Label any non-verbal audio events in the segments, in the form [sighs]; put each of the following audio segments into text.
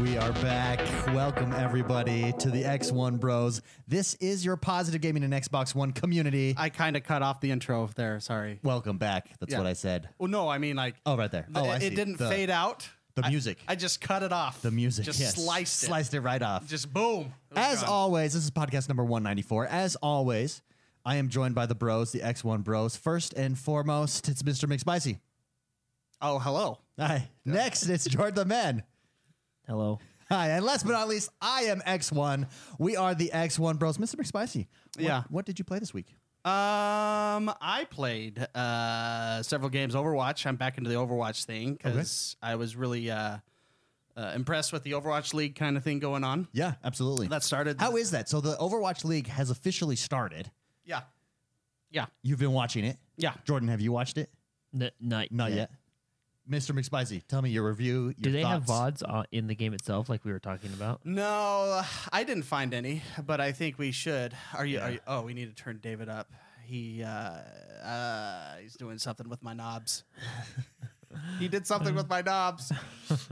We are back. Welcome, everybody, to the X1 Bros. This is your positive gaming and Xbox One community. I kind of cut off the intro there. Sorry. Welcome back. That's Yeah. what I said. Well, no, I mean like Oh, right there. th- Oh, it, I see. it didn't The- fade out. the I- music. I, just cut it off. The music. Just yes. sliced it. Sliced it right off. Just boom. It was As gone. always, this is podcast number 194. As always, I am joined by the bros, the X1 Bros. First and foremost, it's Mr. McSpicy. Oh, hello. Hi. Next, it's Jordan the Man. Hello. Hi, and last but not least, I am X1. We are the X1 Bros. Mr. McSpicy. what- Yeah. What did you play this week? Um, I played uh several games Overwatch. I'm back into the Overwatch thing because I was really uh, uh impressed with the Overwatch League kind of thing going on Yeah, absolutely. that started. How is that? So the Overwatch League has officially started. yeah, yeah, You've been watching it. yeah. Jordan, have you watched it? N- not Not yet. Mr. McSpicy, tell me your review. Your Do they thoughts. have VODs on, in the game itself, like we were talking about? No, I didn't find any, but I think we should. Are you? Are you oh, we need to turn David up. He uh, uh, he's doing something with my knobs. he did something with my knobs.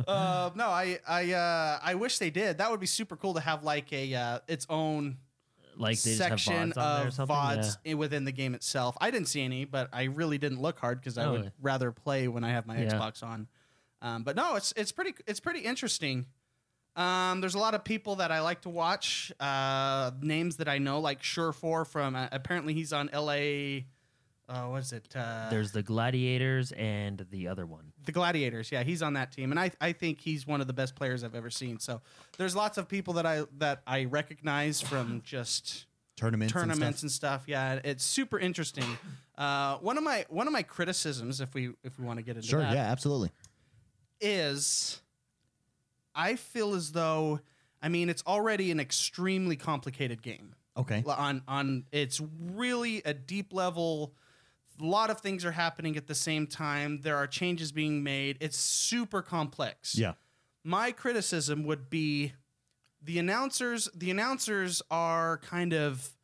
Uh, no, I I uh, I wish they did. That would be super cool to have like a uh, its own Like they section just have VODs on there or of something? VODs i- within the game itself. I didn't see any, but I really didn't look hard because I Oh, would really? rather play when I have my Yeah. Xbox on. Um, but no, it's it's pretty it's pretty interesting. Um, there's a lot of people that I like to watch. Uh, names that I know, like Surefour from uh, apparently he's on LA. Uh, what is it? Uh, Yeah. There's the Gladiators and the other one. the Gladiators. Yeah, he's on that team, and I I think he's one of the best players I've ever seen. So there's lots of people that I that I recognize from just tournaments? and stuff? tournaments and stuff. Yeah, it's super interesting. [sighs] Uh, one of my one of my criticisms, if we if we want to get into Sure. that, Yeah, absolutely. is I feel as though I mean it's already an extremely complicated game. Okay. On on it's really a deep level. A lot of things are happening at the same time. There are changes being made. It's super complex Yeah. my criticism would be the announcers the announcers are kind of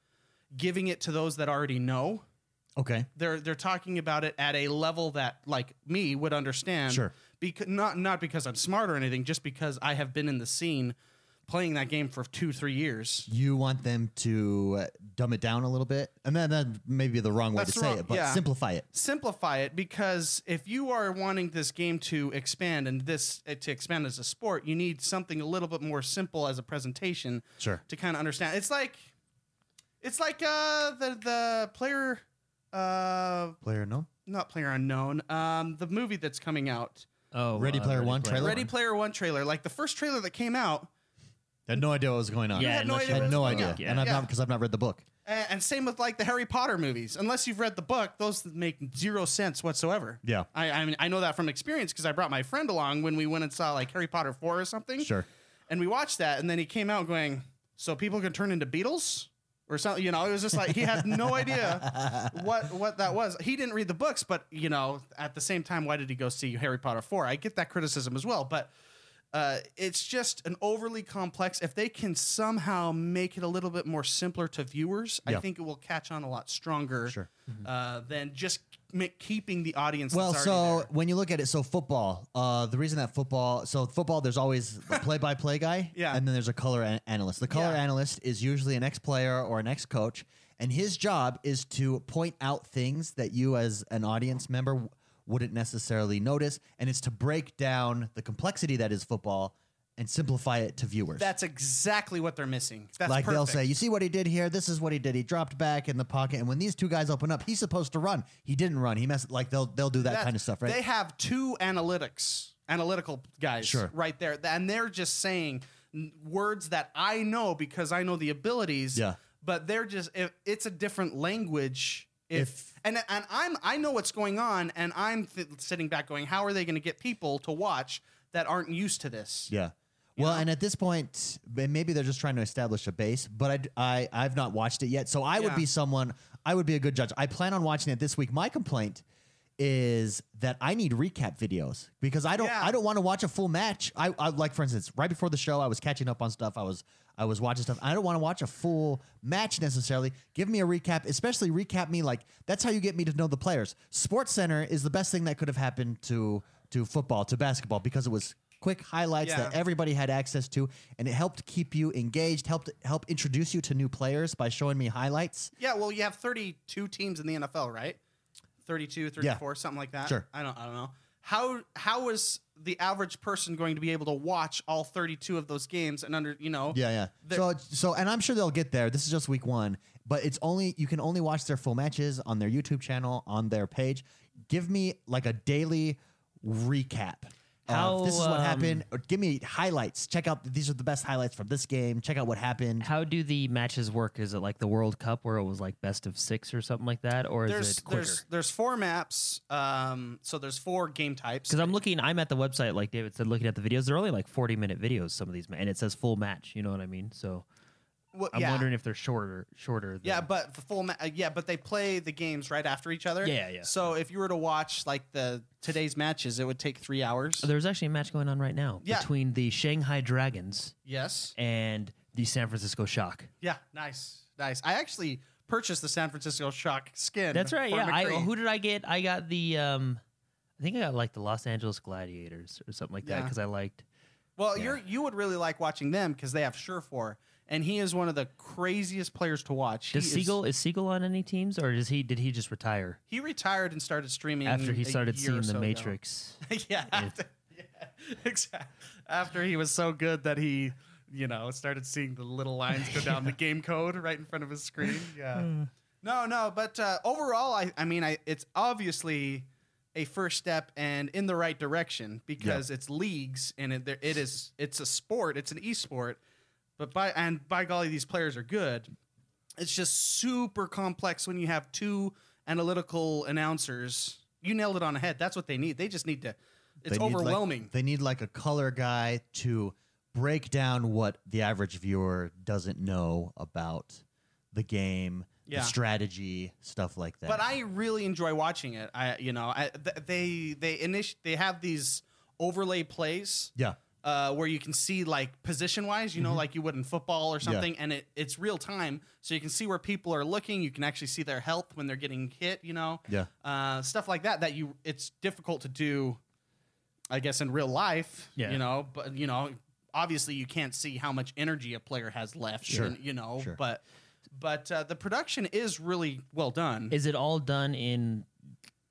giving it to those that already know Okay. they're they're talking about it at a level that like me would understand Sure. because not not because i'm smart or anything just because i have been in the scene playing that game for 2 3 years You want them to uh, dumb it down a little bit, and then that may be the wrong way That's to the say wrong- it, but yeah. simplify it. simplify it because if you are wanting this game to expand and this uh, to expand as a sport you need something a little bit more simple as a presentation Sure. to kind of understand. It's like it's like uh the the player uh Player no. not player unknown um the movie that's coming out Oh, Ready uh, Player One trailer? Ready Player One trailer like the first trailer that came out I had no idea what was going on. Yeah, had no unless idea I you had what read no the idea, book, Yeah. and I've Yeah. not because I've not read the book. a- and same with like the Harry Potter movies unless you've read the book those make zero sense whatsoever Yeah. I I, mean, I know that from experience because I brought my friend along when we went and saw like Harry Potter 4 or something Sure. and we watched that and then he came out going so people can turn into beetles or something you know it was just like he had no [laughs] idea what what that was he didn't read the books but you know at the same time why did he go see harry potter 4 i get that criticism as well but uh, it's just an overly complex if they can somehow make it a little bit more simpler to viewers Yeah. i think it will catch on a lot stronger Sure. uh, than just ma- keeping the [laughs] audience Well, that's so already there. when you look at it, so football, uh, the reason that football, so football, there's always a play-by-play guy, Yeah. and then there's a color an- analyst. The color Yeah. analyst is usually an ex-player or an ex-coach, and his job is to point out things that you, as an audience member, w- wouldn't necessarily notice, and it's to break down the complexity that is football and simplify it to viewers. that's exactly what they're missing that's like they'll perfect. say, you see what he did here. This is what he did. He dropped back in the pocket, and when these two guys open up, he's supposed to run. He didn't run. He messed. Like they'll they'll do that That's- kind of stuff, right? They have two analytics, analytical guys, Sure. right there, Th- and they're just saying n- words that I know because I know the abilities. Yeah. but they're just if it's a different language. If, If- and and I'm I know what's going on, and I'm th- sitting back going, how are they going to get people to watch that aren't used to this? Yeah. Well, and at this point, ma- maybe they're just trying to establish a base, but I, d- I, have not watched it yet. So I would Yeah. be someone, I would be a good judge. I plan on watching it this week. My complaint is that I need recap videos because I don't, Yeah. I don't want to watch a full match. I, I like, for instance, right before the show, I was catching up on stuff. I was, I was watching stuff. I don't want to watch a full match necessarily. Give me a recap, especially recap me like that's how you get me to know the players. Sports Center is the best thing that could have happened to to football, to basketball because it was quick highlights that Yeah. everybody had access to, and it helped keep you engaged, helped help introduce you to new players by showing me highlights. Yeah, well, you have 32 teams in the NFL, right? 32, 34, something like that. Sure. I don't I don't know. How how is the average person going to be able to watch all 32 of those games and under, you [laughs] know? Yeah, yeah. The- so it's- so and I'm sure they'll get there. This is just week 1, but it's only you can only watch their full matches on their YouTube channel, on their page. Give me like a daily recap. of How, this is what um, happened. Or give me highlights. Check out these are the best highlights from this game. Check out what happened. How do the matches work? Is it like the World Cup where it was like best of six or something like that, or is There's it quicker? there's there's four maps. Um so there's four game types. Because I'm looking, I'm at the website, like David said, looking at the videos. They're only like 40 minute videos, some of these, ma- and it says full match. You know what I mean? So Well, I'm yeah. wondering if they're shorter, shorter. Than, yeah, but the full ma- uh, yeah, but they play the games right after each other. Yeah, yeah. So if you were to watch like the today's matches, it would take 3 hours. there's actually a match going on right now Yeah. between the Shanghai Dragons yes. and the San Francisco Shock. Yeah, nice. Nice. I actually purchased the San Francisco Shock skin. That's right. for Yeah. I, McCree. who did I get? I got the, um, I think I got like the Los Angeles Gladiators or something like that Yeah. because I liked. Well, Yeah. you're you would really like watching them because they have Surefour, and he is one of the craziest players to watch. Does he is- Siegel is Siegel on any teams or does he did he just retire he retired and started streaming after he a started year or seeing so the ago. Matrix? [laughs] yeah, after, yeah, [laughs] exactly. After he was so good that he, you know, started seeing the little lines go [laughs] down the game code right in front of his screen. Hmm. Yeah. no, no, but uh, overall, I, I mean, I, it's obviously a first step and in the right direction because it's leagues and it, there- it is it's a sport, it's an esport, but by and by golly, these players are good. It's just super complex when you have two analytical announcers. You nailed it on the head. That's what they need. They just need to. It's They need, like- overwhelming. they need like a color guy to break down what the average viewer doesn't know about the game, Yeah. the strategy, stuff like that. [laughs] but I really enjoy watching it. I you know I, th- they they init- they have these overlay plays yeah, Mm-hmm. uh, where you can see like position wise, you know, like you would in football or Yeah. something, and it, it's real time, so you can see where people are looking. You can actually see their health when they're getting hit, you know, yeah. uh, stuff like that. That you it's difficult to do, I guess, in real life. Yeah. you know, but you know, obviously you can't see how much energy a player has left. Sure. and, you know, Sure. but but uh, the production is really well done. Is it all done in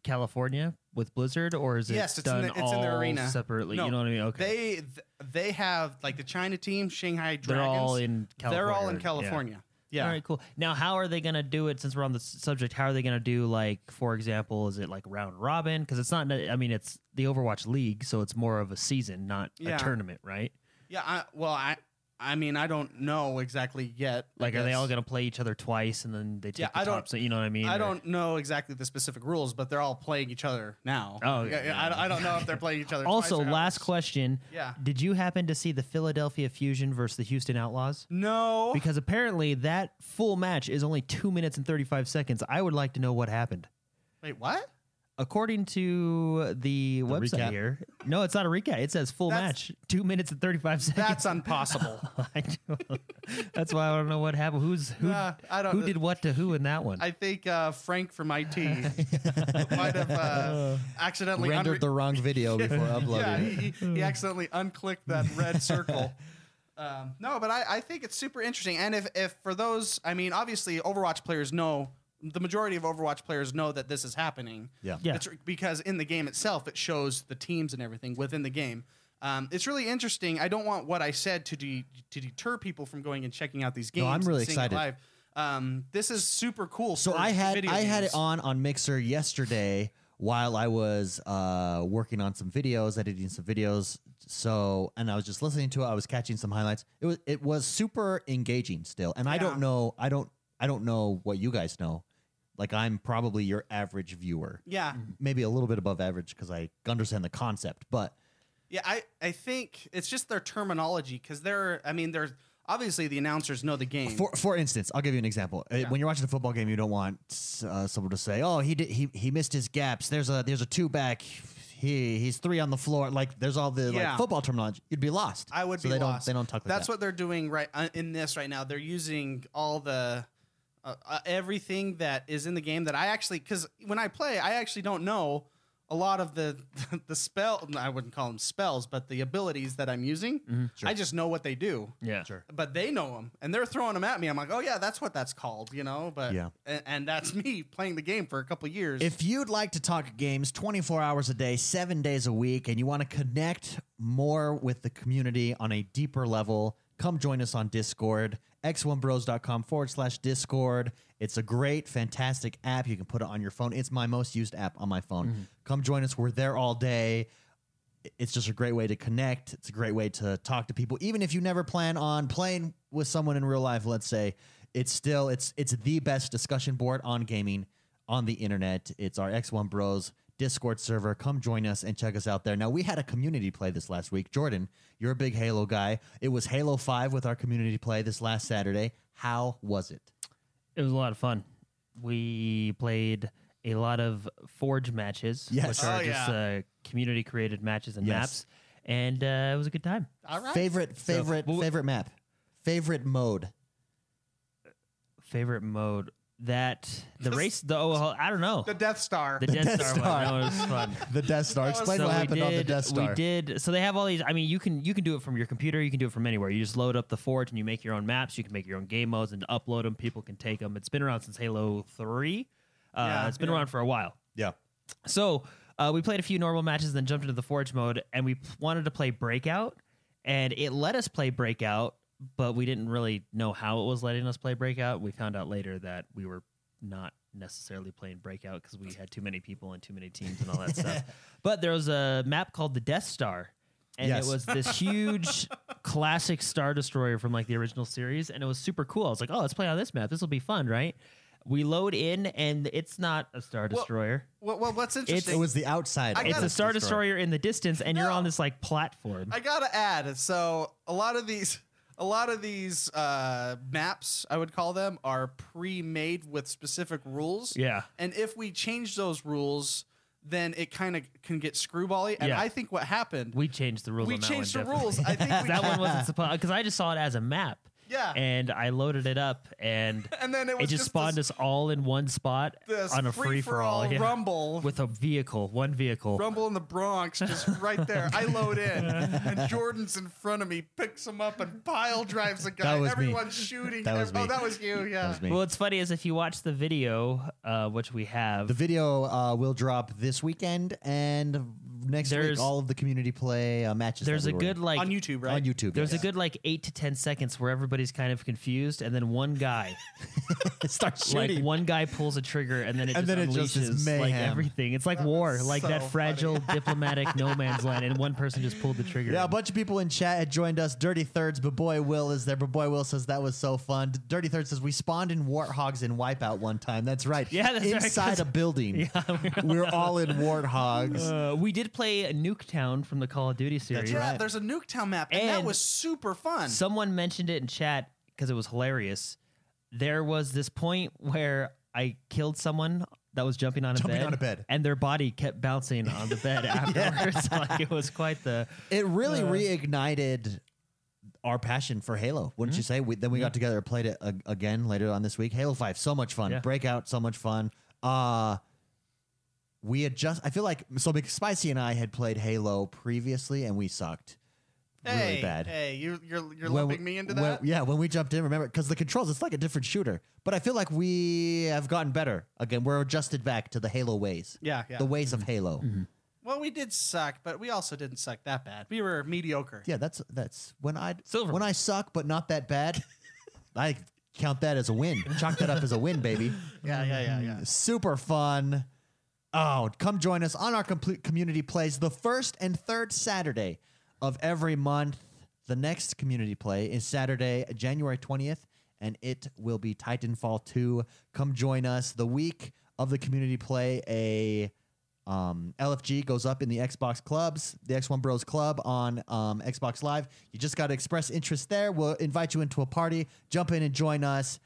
California with Blizzard, or is it Yes, it's in done the- it's in the all arena. separately? No, you know what I mean? Okay, They th- they have like the China team, Shanghai Dragons. they're all in. California. They're all right? in Yeah. California. Yeah. All right, cool. Now, how are they gonna do it? Since we're on the s- subject, how are they gonna do like, for example, is it like round robin? Because it's not. I mean, it's the Overwatch League, so it's more of a season, not Yeah. a tournament, right? Yeah. I, well, I I mean I don't know exactly yet. I Like, are they guess. all gonna play each other twice, and then they take Yeah, the I don't- top? So you know what I mean? I Or- don't know exactly the specific rules, but they're all playing each other now. Oh, yeah, yeah, yeah, I, yeah. I don't know if they're playing each other. Also, twice or last not. question. Yeah. Did you happen to see the Philadelphia Fusion versus the Houston Outlaws? No. because apparently that full match is only two minutes and 35 seconds. I would like to know what happened. Wait, [laughs] what? According to the, website recap? here, no, it's not a recap. It says full That's- match, two minutes and 35 seconds. [laughs] That's impossible. I don't- that's why I don't know what happened. Who's who? Nah, Uh, I don't. who did what to who in that one? I think uh, Frank from IT [laughs] might have uh, accidentally Rendered unre- the wrong [laughs] video before yeah, uploading it. he, [laughs] he, he accidentally unclicked that red circle. Um, no, but I, I think it's super interesting. And if, if for those, I mean, obviously, Overwatch players know the majority of Overwatch players know that this is happening. Yeah. Yeah. It's because in the game itself, it shows the teams and everything within the game. Um, it's really interesting. I don't want what I said to de- to deter people from going and checking out these games. I'm and really seeing it excited. Live. Um, this is super cool. So for I had video I had games. it on on Mixer yesterday while I was uh, working on some videos, editing some videos. So and I was just listening to it. I was catching some highlights. It was it was super engaging still. And I Yeah. don't know I don't I don't know what you guys know. Like I'm probably your average viewer, Yeah. maybe a little bit above average because I understand the concept. But Yeah, I, I think it's just their terminology because they're, I mean, they're obviously the announcers know the game. For for instance, I'll give you an example. Uh, Yeah. When you're watching a football game, you don't want uh, someone to say, "Oh, he did, he he missed his gaps." There's a there's a two back. He he's three on the floor. Like there's all the Yeah. like football terminology. You'd be lost. I would so be they lost. Don't, they don't talk like That's that. what they're doing right uh, in this right now. They're using all the uh, uh, everything that is in the game that I actually because when I play, I actually don't know a lot of the [laughs] the spell I wouldn't call them spells, but the abilities that I'm using, I just know what they do. Yeah. Sure. But they know them, and they're throwing them at me. I'm like, oh yeah, that's what that's called, you know. But Yeah. and, and that's [laughs] me playing the game for a couple years. If you'd like to talk games 24 hours a day, seven days a week, and you want to connect more with the community on a deeper level, come join us on Discord, x1bros.com forward slash Discord. It's a great, fantastic app. You can put it on your phone. It's my most used app on my phone. Come join us. We're there all day. It's just a great way to connect. It's a great way to talk to people, even if you never plan on playing with someone in real life. Let's say it's still it's it's the best discussion board on gaming on the internet. It's our X1 Bros Discord server. Come join us and check us out there. Now, we had a community play this last week. Jordan, you're a big Halo guy. It was Halo 5 with our community play this last Saturday. How was it? It was a lot of fun. We played a lot of Forge matches, Yes. which are Oh, just yeah. uh, community created matches and Yes. maps, and uh, it was a good time. All right. Favorite, favorite, well, we- favorite map? Favorite mode? Favorite mode that the race the oh, I don't know the Death Star. the Death, Death Star, Star. one that one was fun. The Death Star. was- Explain So what we happened on the did- Death Star. We did. So they have all these. I mean, you can you can do it from your computer. You can do it from anywhere. You just load up the Forge and you make your own maps. You can make your own game modes and upload them. People can take them. It's been around since Halo Three. Uh, Yeah, it's been yeah. around for a while. Yeah. So uh, we played a few normal matches, then jumped into the Forge mode, and we p- wanted to play Breakout, and it let us play Breakout, but we didn't really know how it was letting us play Breakout. We found out later that we were not necessarily playing Breakout because we had too many people and too many teams and all that stuff. But there was a map called the Death Star. And Yes. it was this huge classic Star Destroyer from like the original series. And it was super cool. I was like, oh, let's play on this map. This will be fun, right? We load in, and it's not a Star Well, Destroyer. Well, well, what's interesting? It was the outside. I of got It's the a it. Star Destroyer in the distance, and you're No. on this like platform. I gotta add. So a lot of these, a lot of these uh, maps, I would call them, are pre-made with specific rules. yeah. And if we change those rules, then it kind of can get screwbally. And Yeah. I think what happened, we, We changed the rules. on that changed one, the definitely. rules. I [laughs] think we, that one [laughs] wasn't supposed because I just saw it as a map, yeah. And, and I loaded it up, and then [laughs] it was it just spawned us all in one spot this, this on a free for all yeah. rumble. with a vehicle, one vehicle. Rumble in the Bronx, just right there. I load [laughs] in, and Jordan's in front of me, picks him up, and pile drives a guy. That was me. Everyone's shooting. That was Every- me. Oh, that was you. Yeah. That was me. Well, what's funny is if you watch the video, uh, which we have, The video uh, will drop this weekend and next There's- week. All of the community play uh, matches. that there's we a were good in. like on YouTube, right? on YouTube. There's yes. a good like eight to ten seconds where everybody's kind of confused, and then one guy [laughs] [laughs] start Like one guy pulls a trigger and then it And just then it just unleashes is like mayhem. everything. It's like That war, was like that so [laughs] fragile diplomatic no man's land, and one person just pulled the trigger. Yeah, a [laughs] bunch of people in chat had joined us. Dirty Thirds, but boy Will is there. But boy Will says that was so fun. Dirty Third says we spawned in warthogs in Wipeout one time. That's right. Yeah, that's right, inside 'cause- a [laughs] building. we are all in warthogs. Uh, we did play Nuketown from the Call of Duty series. Yeah, right. there's a Nuketown map, and, that And was super fun. Someone mentioned it in chat because it was hilarious. There was this point where I killed someone that was jumping on a Jumping bed, on a bed. and their body kept bouncing on [laughs] the bed afterwards. [laughs] like it was quite the It really reignited our passion for Halo, wouldn't you say? We, then we got together and played it a- again later on this week. Halo 5, so much fun. Yeah. Breakout, so much fun. Uh we had just I feel like so Spicy and I had played Halo previously and we sucked. Really hey, bad. Hey, you, you're you're When lumping we- me into when- that. yeah, when we jumped in, remember because the controls, it's like a different shooter. But I feel like we have gotten better. Again, we're adjusted back to the Halo ways. yeah, yeah. The ways of Halo. well, we did suck, but we also didn't suck that bad. We were mediocre. Yeah, that's that's when I Silver. when I suck but not that bad. [laughs] I count that as a win. Chalk that up as a win, baby. [laughs] yeah, yeah, yeah. yeah. Super fun. Oh, come join us on our complete community plays the first and third Saturday of every month. The next community play is Saturday, January 20th, and it will be Titanfall 2. Come join us. The week of the community play, a um, LFG goes up in the Xbox clubs, the X1 Bros Club on um, Xbox Live. You just got to express interest there. We'll invite you into a party. Jump in and join us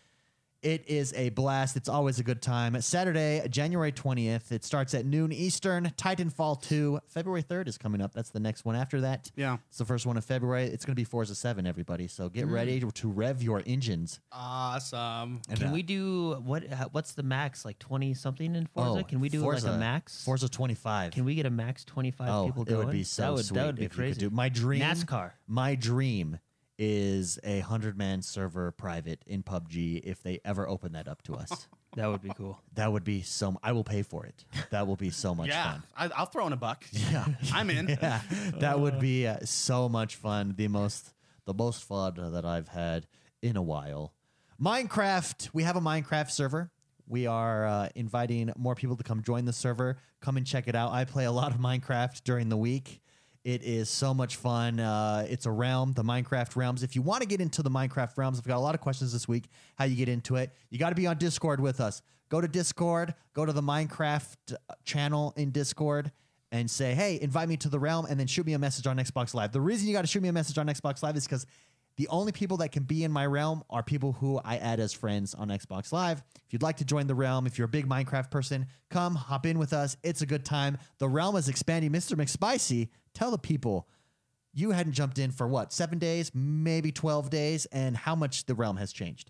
It is a blast. It's always a good time. Saturday, January 20th, it starts at noon Eastern. Titanfall 2, February 3rd is coming up. That's the next one after that. Yeah. It's the first one in February. It's going to be Forza 7, everybody. So get ready Mm. to, to rev your engines. Awesome. And, Can uh, we do what? how- What's the max? Like twenty something in Forza? Can we do like Oh, Forza. a max? Forza 25. Can we get a max twenty five oh, people it going? would be so that would, sweet That would be if crazy. you could do My dream. NASCAR. My dream is a 100 man server private in PUBG if they ever open that up to us. That would be cool. that would be so m- I will pay for it. That will be so much yeah, fun. [laughs] I, I'll throw in a buck. Yeah. I'm in. [laughs] yeah, that would be uh, so much fun. The most, the most fun that I've had in a while. Minecraft. We have a Minecraft server. We are uh, inviting more people to come join the server. Come and check it out. I play a lot of Minecraft during the week. It is so much fun. Uh, it's a realm, the Minecraft realms. If you want to get into the Minecraft realms, I've got a lot of questions this week. How you get into it? You got to be on Discord with us. Go to Discord. Go to the Minecraft uh, channel in Discord and say, hey, invite me to the realm and then shoot me a message on Xbox Live. The reason you got to shoot me a message on Xbox Live is because the only people that can be in my realm are people who I add as friends on Xbox Live. If you'd like to join the realm, if you're a big Minecraft person, come hop in with us. It's a good time. The realm is expanding. Mr. McSpicy, tell the people you hadn't jumped in for what, seven days, maybe 12 days, and how much the realm has changed.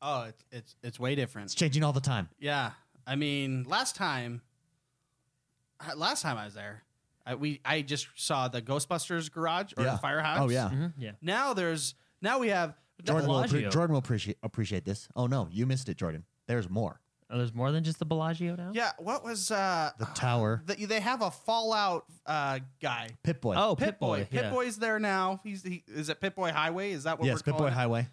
Oh, it's it's it's way It's different. changing all the time. Yeah, I mean, last time, uh, last time I was there, I, we I just saw the Ghostbusters garage or Yeah. the firehouse. Oh, yeah. Mhm, Yeah. Now there's now we have Jordan will, appre- Bellagio. Jordan will appreciate appreciate this. Oh no, you missed it, Jordan. There's more. Oh, there's more than just the Bellagio now. Yeah, what was uh? The tower. The, they have a Fallout uh guy. Pip Boy. Oh, Pit Pit Boy. Boy. Pit yeah. Boy's there now. He's the, is it Pit Boy Highway? Is that what yes, we're Pit calling Boy it? Highway.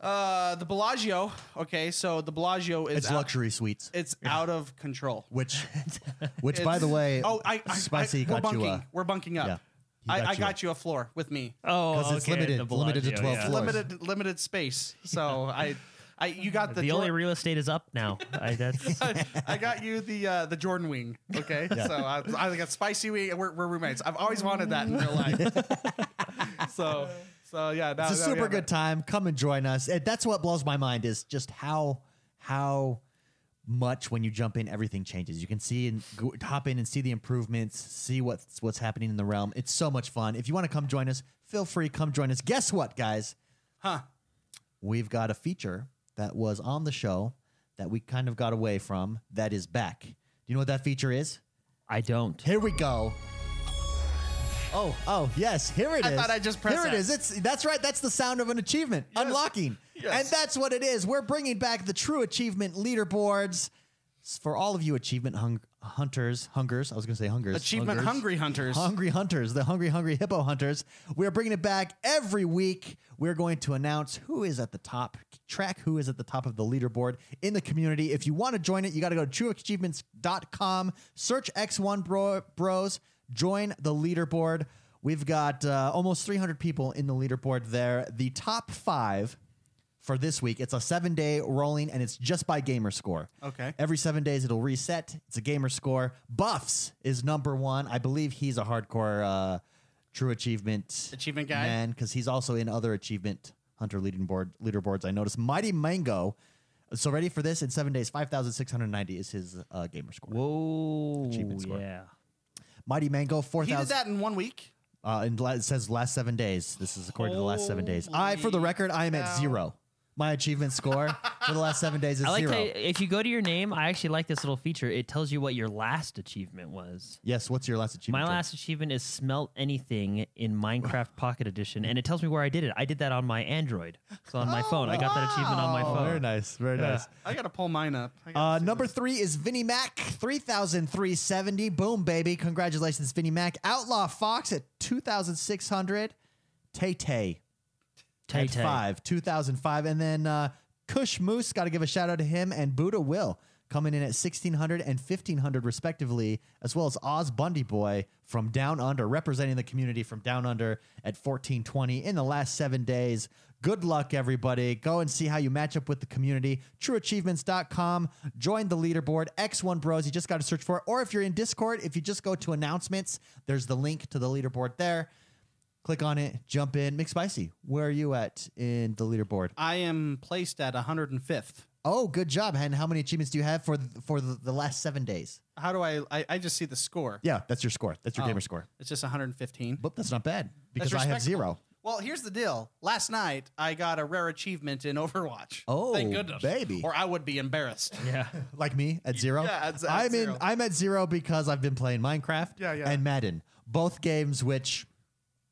Uh, the Bellagio. Okay, so the Bellagio is It's out, luxury suites, It's out of control. which, [laughs] which by the It's- way, oh, I, I Spicy I, got we're bunking. you. Uh, we're bunking up. yeah, he I, got I you got you a floor with me. Oh, 'Cause it's okay, limited- the it's limited to Bellagio, 12 yeah. floors. Limited limited space. [laughs] So I I you got the, The only Jor- real estate is up now. I, that's [laughs] I got you the uh, the Jordan wing. Okay, so I, I got spicy wing. and We're, we're roommates. I've always wanted that in real life. [laughs] [laughs] so so Oh, yeah, now, it's a now we super have good it. time. Come and join us. And that's what blows my mind is just how how much when you jump in, everything changes. You can see and go, hop in and see the improvements, see what's what's happening in the realm. It's so much fun. If you want to come join us, feel free. Come join us. Guess what, guys? Huh? we've got a feature that was on the show that we kind of got away from that is back. Do you know what that feature is? I don't. Here we go. Oh, oh, yes, here it is. I thought I just pressed Here that. it is. It's that's right. That's the sound of an achievement unlocking. Yes. And that's what it is. We're bringing back the true achievement leaderboards s- for all of you achievement hung- hunters, hungers. I was going to say hungers. Achievement hungers. hungry hunters. Hungry Hunters, the Hungry Hungry Hippo Hunters. We are bringing it back every week. We're going to announce who is at the top, track who is at the top of the leaderboard in the community. If you want to join it, you got to go to trueachievements.com, search X1 bro- Bros, join the leaderboard. We've got uh, almost 300 people in the leaderboard there. The top five for this week, it's a seven day rolling and it's just by gamer score. Okay. Every seven days, it'll reset. It's a gamer score. Buffs is number one. I believe he's a hardcore uh, true achievement Achievement guy? man because he's also in other achievement hunter leading board leaderboards. I noticed Mighty Mango. So ready for this? In seven days, five thousand six hundred ninety is his uh, gamer score. Whoa. Achievement score. Yeah. Mighty Mango four He did thousand. that in one week. Uh, and la- it says last seven days. This is according to the last seven days. I, for the Holy record, I am at cow. zero. My achievement [laughs] score for the last seven days is I like zero. that if you go to your name, I actually like this little feature. It tells you what your last achievement was. yes. What's your last achievement? My Jordan? last achievement is smelt anything in [laughs] Minecraft Pocket Edition, and it tells me where I did it. I did that on my Android, so on my phone. I got that achievement on my wow. Oh, very phone. nice. Very Yeah. nice. I gotta pull mine up. I gotta Uh, see number this. three is Vinnie Mac, 3,370. Boom, baby. Congratulations, Vinnie Mac. Outlaw Fox at 2,600. Tay Tay Tay at Tay. five, 2005. And then uh, Kush Moose, got to give a shout out to him, and Buddha Will coming in at 1,600 and 1,500, respectively, as well as Oz Bundy Boy from Down Under, representing the community from Down Under at 1,420 in the last seven days. Good luck, everybody. Go and see how you match up with the community. Trueachievements.com. Join the leaderboard. X1 Bros. You just got to search for it. Or if you're in Discord, if you just go to announcements, there's the link to the leaderboard there. Click on it, jump in. McSpicy, where are you at in the leaderboard? I am placed at 105th. Oh, good job. And how many achievements do you have for th- for the, the last seven days? How do I, I? I just see the score. Yeah, that's your score. That's your Oh. gamer score. It's just 115. But that's not bad because I That's have respectable. zero. Well, here's the deal. Last night I got a rare achievement in Overwatch. Oh, thank goodness, baby. Or I would [laughs] be embarrassed. Yeah. Like me at zero. Yeah, it's at I'm in. zero. I'm at zero because I've been playing Minecraft. Yeah, yeah. And Madden, both games which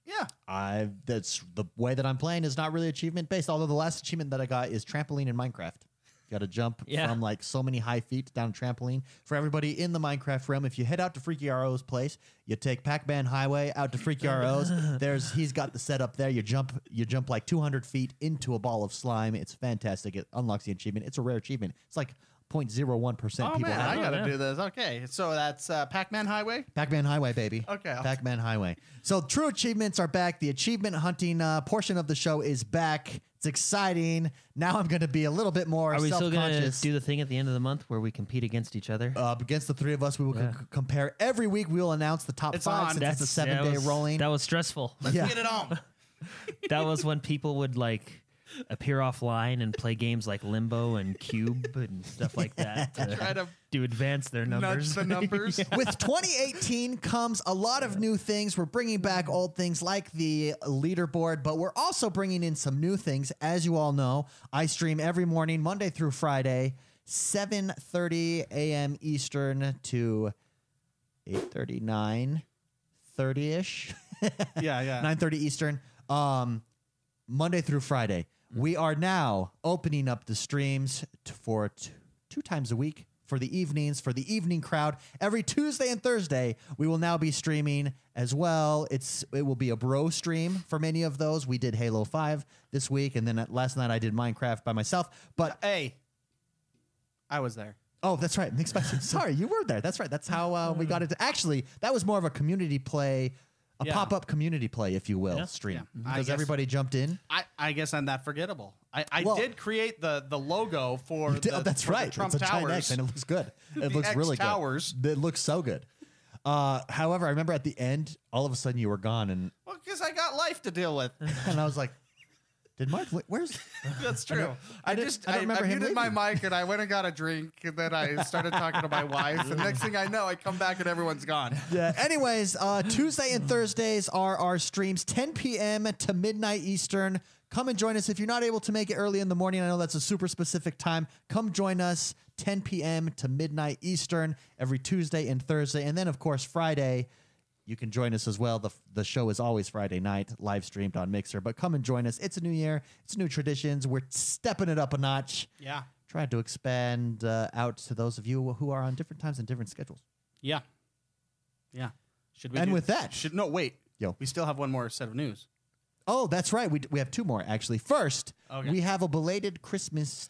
Yeah. I that's the way that I'm playing is not really achievement based. Although the last achievement that I got is trampoline in Minecraft. Got to jump Yeah. from like so many high feet down a trampoline. For everybody in the Minecraft realm, if you head out to Freaky RO's place, you take Pac-Man Highway out to Freaky [laughs] RO's. There's he's got the setup there. You jump you jump like 200 feet into a ball of slime. It's fantastic. It unlocks the achievement. It's a rare achievement. It's like 0.01 percent Oh people man, have I it. gotta yeah. do this. Okay, so that's uh, Pac-Man Highway. Pac-Man Highway, baby. Okay, I'll- Pac-Man Highway. So true achievements are back. The achievement hunting uh, portion of the show is back. It's exciting. Now I'm going to be a little bit more Are we still gonna self-conscious. do the thing at the end of the month where we compete against each other? uh, against the three of us, we will c- Yeah. c- compare every week. We will announce the top It's five on. since That's- it's a seven-day that was- rolling. That was [laughs] stressful. yeah, Get it on. that was when people would like appear offline and play games like Limbo and Cube and stuff like [laughs] that to, Try to to advance their nudge numbers. the numbers. With 2018 comes a lot of new things. We're bringing back old things like the leaderboard, but we're also bringing in some new things. As you all know, I stream every morning, Monday through Friday, 7:30 a.m. Eastern to 8:39, 30ish. Yeah, yeah. 9:30 Eastern, um, Monday through Friday. We are now opening up the streams t- for t- two times a week for the evenings for the evening crowd. Every Tuesday and Thursday, we will now be streaming as well. It's it will be a bro stream for many of those. We did Halo Five this week, and then uh, last night I did Minecraft by myself. But Hey, I was there. Oh, that's right. Mixed [laughs] Spicy. Sorry, you were there. That's right. That's how uh, we got it. Actually, that was more of a community play, a Yeah. pop up community play, if you will, Yeah. stream. Yeah. I Because guess- everybody jumped in. I, I guess I'm that forgettable. I, I Well- did create the the logo for You did- [laughs] the, oh, that's for the right. Trump it's a giant Towers. X, and it looks [laughs] good. It The looks X really towers. good. It looks so good. Uh, however, I remember at the end, all of a sudden you were gone, and, [laughs] Well, because I got life to deal with. and I was like, "Did Mark? li- Where's?" That's true. I, I don't- just I I, don't remember I him muted my leaving. mic and I went and got a drink and then I started talking to [laughs] my wife. And next thing I know, I come back and everyone's gone. Yeah. Anyways, uh, Tuesday and Thursdays are our streams, 10 p.m. to midnight Eastern. Come and join us if you're not able to make it early in the morning. I know that's a super specific time. Come join us 10 p.m. to midnight Eastern every Tuesday and Thursday, and then of course Friday. You can join us as well. The, the show is always Friday night, live streamed on Mixer. But come and join us. It's a new year. It's new traditions. We're stepping it up a notch, Yeah. trying to expand uh, out to those of you who are on different times and different schedules. Yeah. Yeah. Should we And do- with that- Should no wait. Yo. We still have one more set of news. Oh, that's right. We, d- we have two more actually. First, Okay. we have a belated Christmas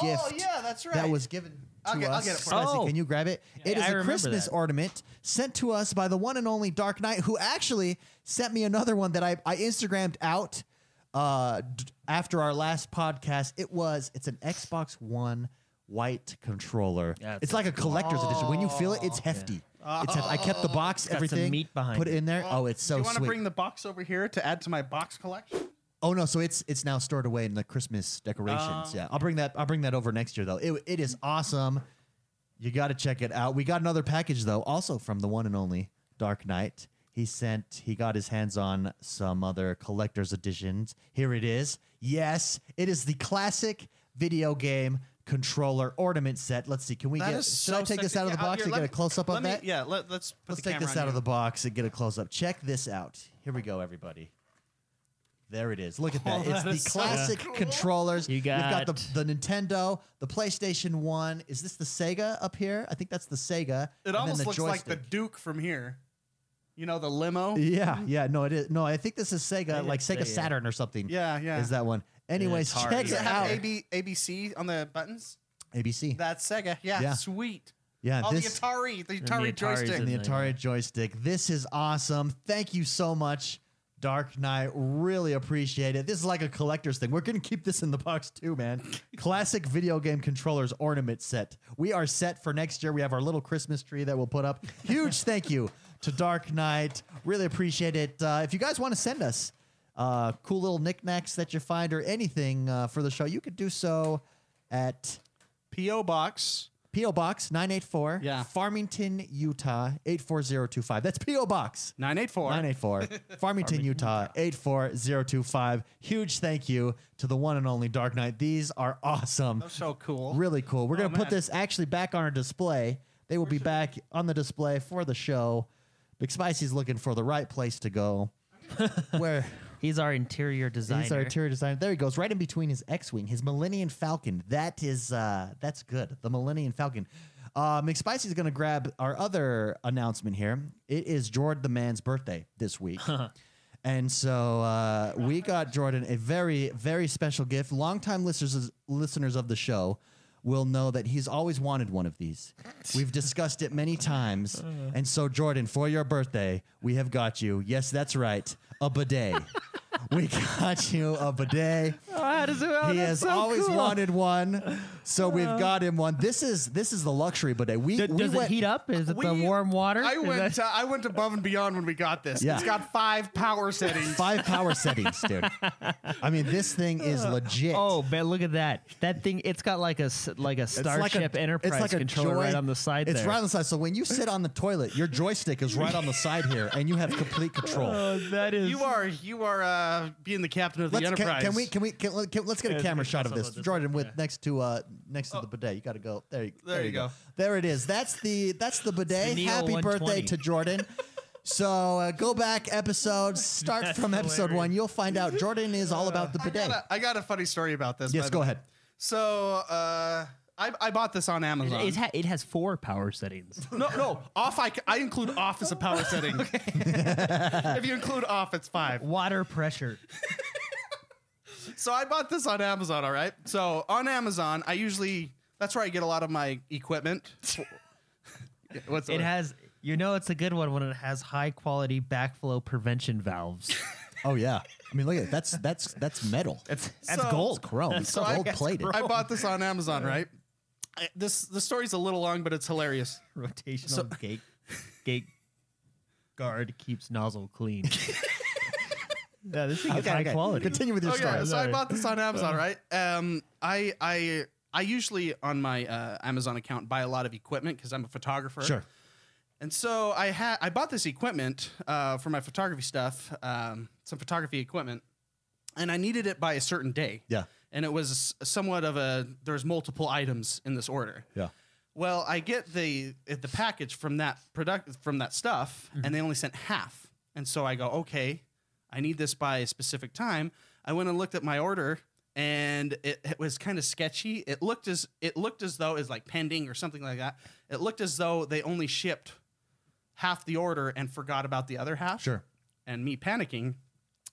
gift. Oh, that's That was given to I'll get- I'll us. get it for Spicy, you. Oh. Can you grab it? It is Yeah, I a remember Christmas that. ornament sent to us by the one and only Dark Knight, who actually sent me another one that I, I Instagrammed out uh, d- after our last podcast. It was it's an Xbox One white controller. Yeah, it's Oh, it's like a collector's edition. When you feel it, it's hefty. It's hef- I kept the box, got some everything, meat behind put it it. in there. Oh, it's Do so you want to sweet. bring the box over here to add to my box collection? Oh no, so it's it's now stored away in the Christmas Oh. decorations. yeah, I'll bring that I'll bring that over next year though. It it is awesome. You got to check it out. We got another package though, also from the one and only Dark Knight. He sent he got his hands on some other collector's editions. Here it is. Yes, it is the classic video game controller ornament set. Let's see. Can we That get is should I so take this sexy. out of the Yeah, box here, and let get a me- close up let of me- that? Yeah, let, let's put Let's the take camera this on out of you. the box and get a close up. Check this out. Here we go, everybody. There it is. Look at that. Oh, it's that is the so classic cool. controllers. You have got got- the, the Nintendo, the PlayStation 1. Is this the Sega up here? I think that's the Sega. It and then almost looks like the joystick. Duke from here. You know the limo. Yeah, yeah. No, it is. No, I think this is Sega, Sega, like Sega Sega. Saturn or something. Yeah, yeah. Is that one? Anyways, hard. check Does it it have out. AB, ABC on the buttons? ABC. That's Sega. Yeah, Yeah. sweet. Yeah, Oh, this the Atari, the the Atari Atari's joystick. in and the Yeah. Atari joystick. This is awesome. Thank you so much, Dark Knight. Really appreciate it. This is like a collector's thing. We're going to keep this in the box too, man. Classic video game controllers ornament set. We are set for next year. We have our little Christmas tree that we'll put up. Huge thank you to Dark Knight. Really appreciate it. Uh, if you guys want to send us uh, cool little knickknacks that you find or anything uh, for the show, you could do so at P.O. Box. P.O. Box 984, Yeah. Farmington, Utah 84025. That's P.O. Box 984. [laughs] 984, Farmington, Utah 84025. Huge thank you to the one and only Dark Knight. These are awesome. So cool. Really cool. We're Oh, going to put man. this actually back on our display. They will be back on the display for the show. Big Spicy's looking for the right place to [laughs] go. Where [laughs] He's our interior designer. he's our interior designer. There he goes, right in between his X-wing, his Millennium Falcon. That is, uh, that's good. The Millennium Falcon. Uh, McSpicy's going to grab our other announcement here. It is Jordan the man's birthday this week. And so uh, we got Jordan a very, very special gift. Longtime listeners listeners of the show will know that he's always wanted one of these. We've discussed it many times. Uh-huh. And so, Jordan, for your birthday, we have got you. Yes, that's right, a [laughs] bidet. we got you a bidet. oh, how does it, oh, he that's has so always cool. wanted one, so we've got him one. This is this is the luxury bidet. We, D- we does it went- heat up? Is it the We- warm water? I Is went. that- uh, I went above and beyond when we got this. Yeah. It's got five [laughs] power settings. five power settings, [laughs] dude. I mean, this thing is legit. [laughs] Oh man, look at that! That thing, it's got like a s- like a It's like Starship Enterprise it's like a controller joy- right on the side It's there. right on the side. So when you sit on the toilet, your joystick is right on the side here, and you have complete control. [laughs] [laughs] oh, that is you are. You are uh, being the captain of the Let's, can, Enterprise. can we? Can we? Can, let- can, let's get a Yeah, camera let's get shot of myself this, on this Jordan, one, with yeah. next to uh next to the bidet. You got to go there. you- There you go. There it is. That's the that's the bidet. Neo Happy birthday 120. to Jordan. So uh, go back episodes. Start from episode hilarious. one. You'll find out Jordan is all about the I bidet. got, a, I got a funny story about this. by Yes, the go way. ahead. So uh, I, I bought this on Amazon. It, ha- it has four power settings. no, no. Off. I, c- I include off as a power [laughs] setting. [laughs] if you include off, it's five. [laughs] Water pressure. So I bought this on Amazon, all right? So on Amazon, I usually that's where I get a lot of my equipment. [laughs] What's It has. You know, it's a good one when it has high quality backflow prevention valves. [laughs] Oh yeah. I mean, look at it. that's that's that's metal. That's That's So- gold, chrome, so I- gold plated. I bought this on Amazon, right? I- This the story's a little long, but it's hilarious. rotational So- gate gate guard keeps nozzle clean. yeah, this thing is Okay, high okay. quality. Continue with your Okay, story. Uh-huh. so I Sorry. bought this on Amazon, right? Um, I I I usually on my uh, Amazon account buy a lot of equipment because I'm a photographer. Sure. And so I had I bought this equipment uh, for my photography stuff, um, some photography equipment, and I needed it by a certain day. Yeah. And it was somewhat of a there's multiple items in this order. Yeah. Well, I get the it- the package from that product from that stuff, and they only sent half. And so I go, okay, I need this by a specific time. I went and looked at my order, and it, it was kind of sketchy. It looked as it looked as though it's like pending or something like that. It looked as though they only shipped half the order and forgot about the other half. Sure. And me panicking,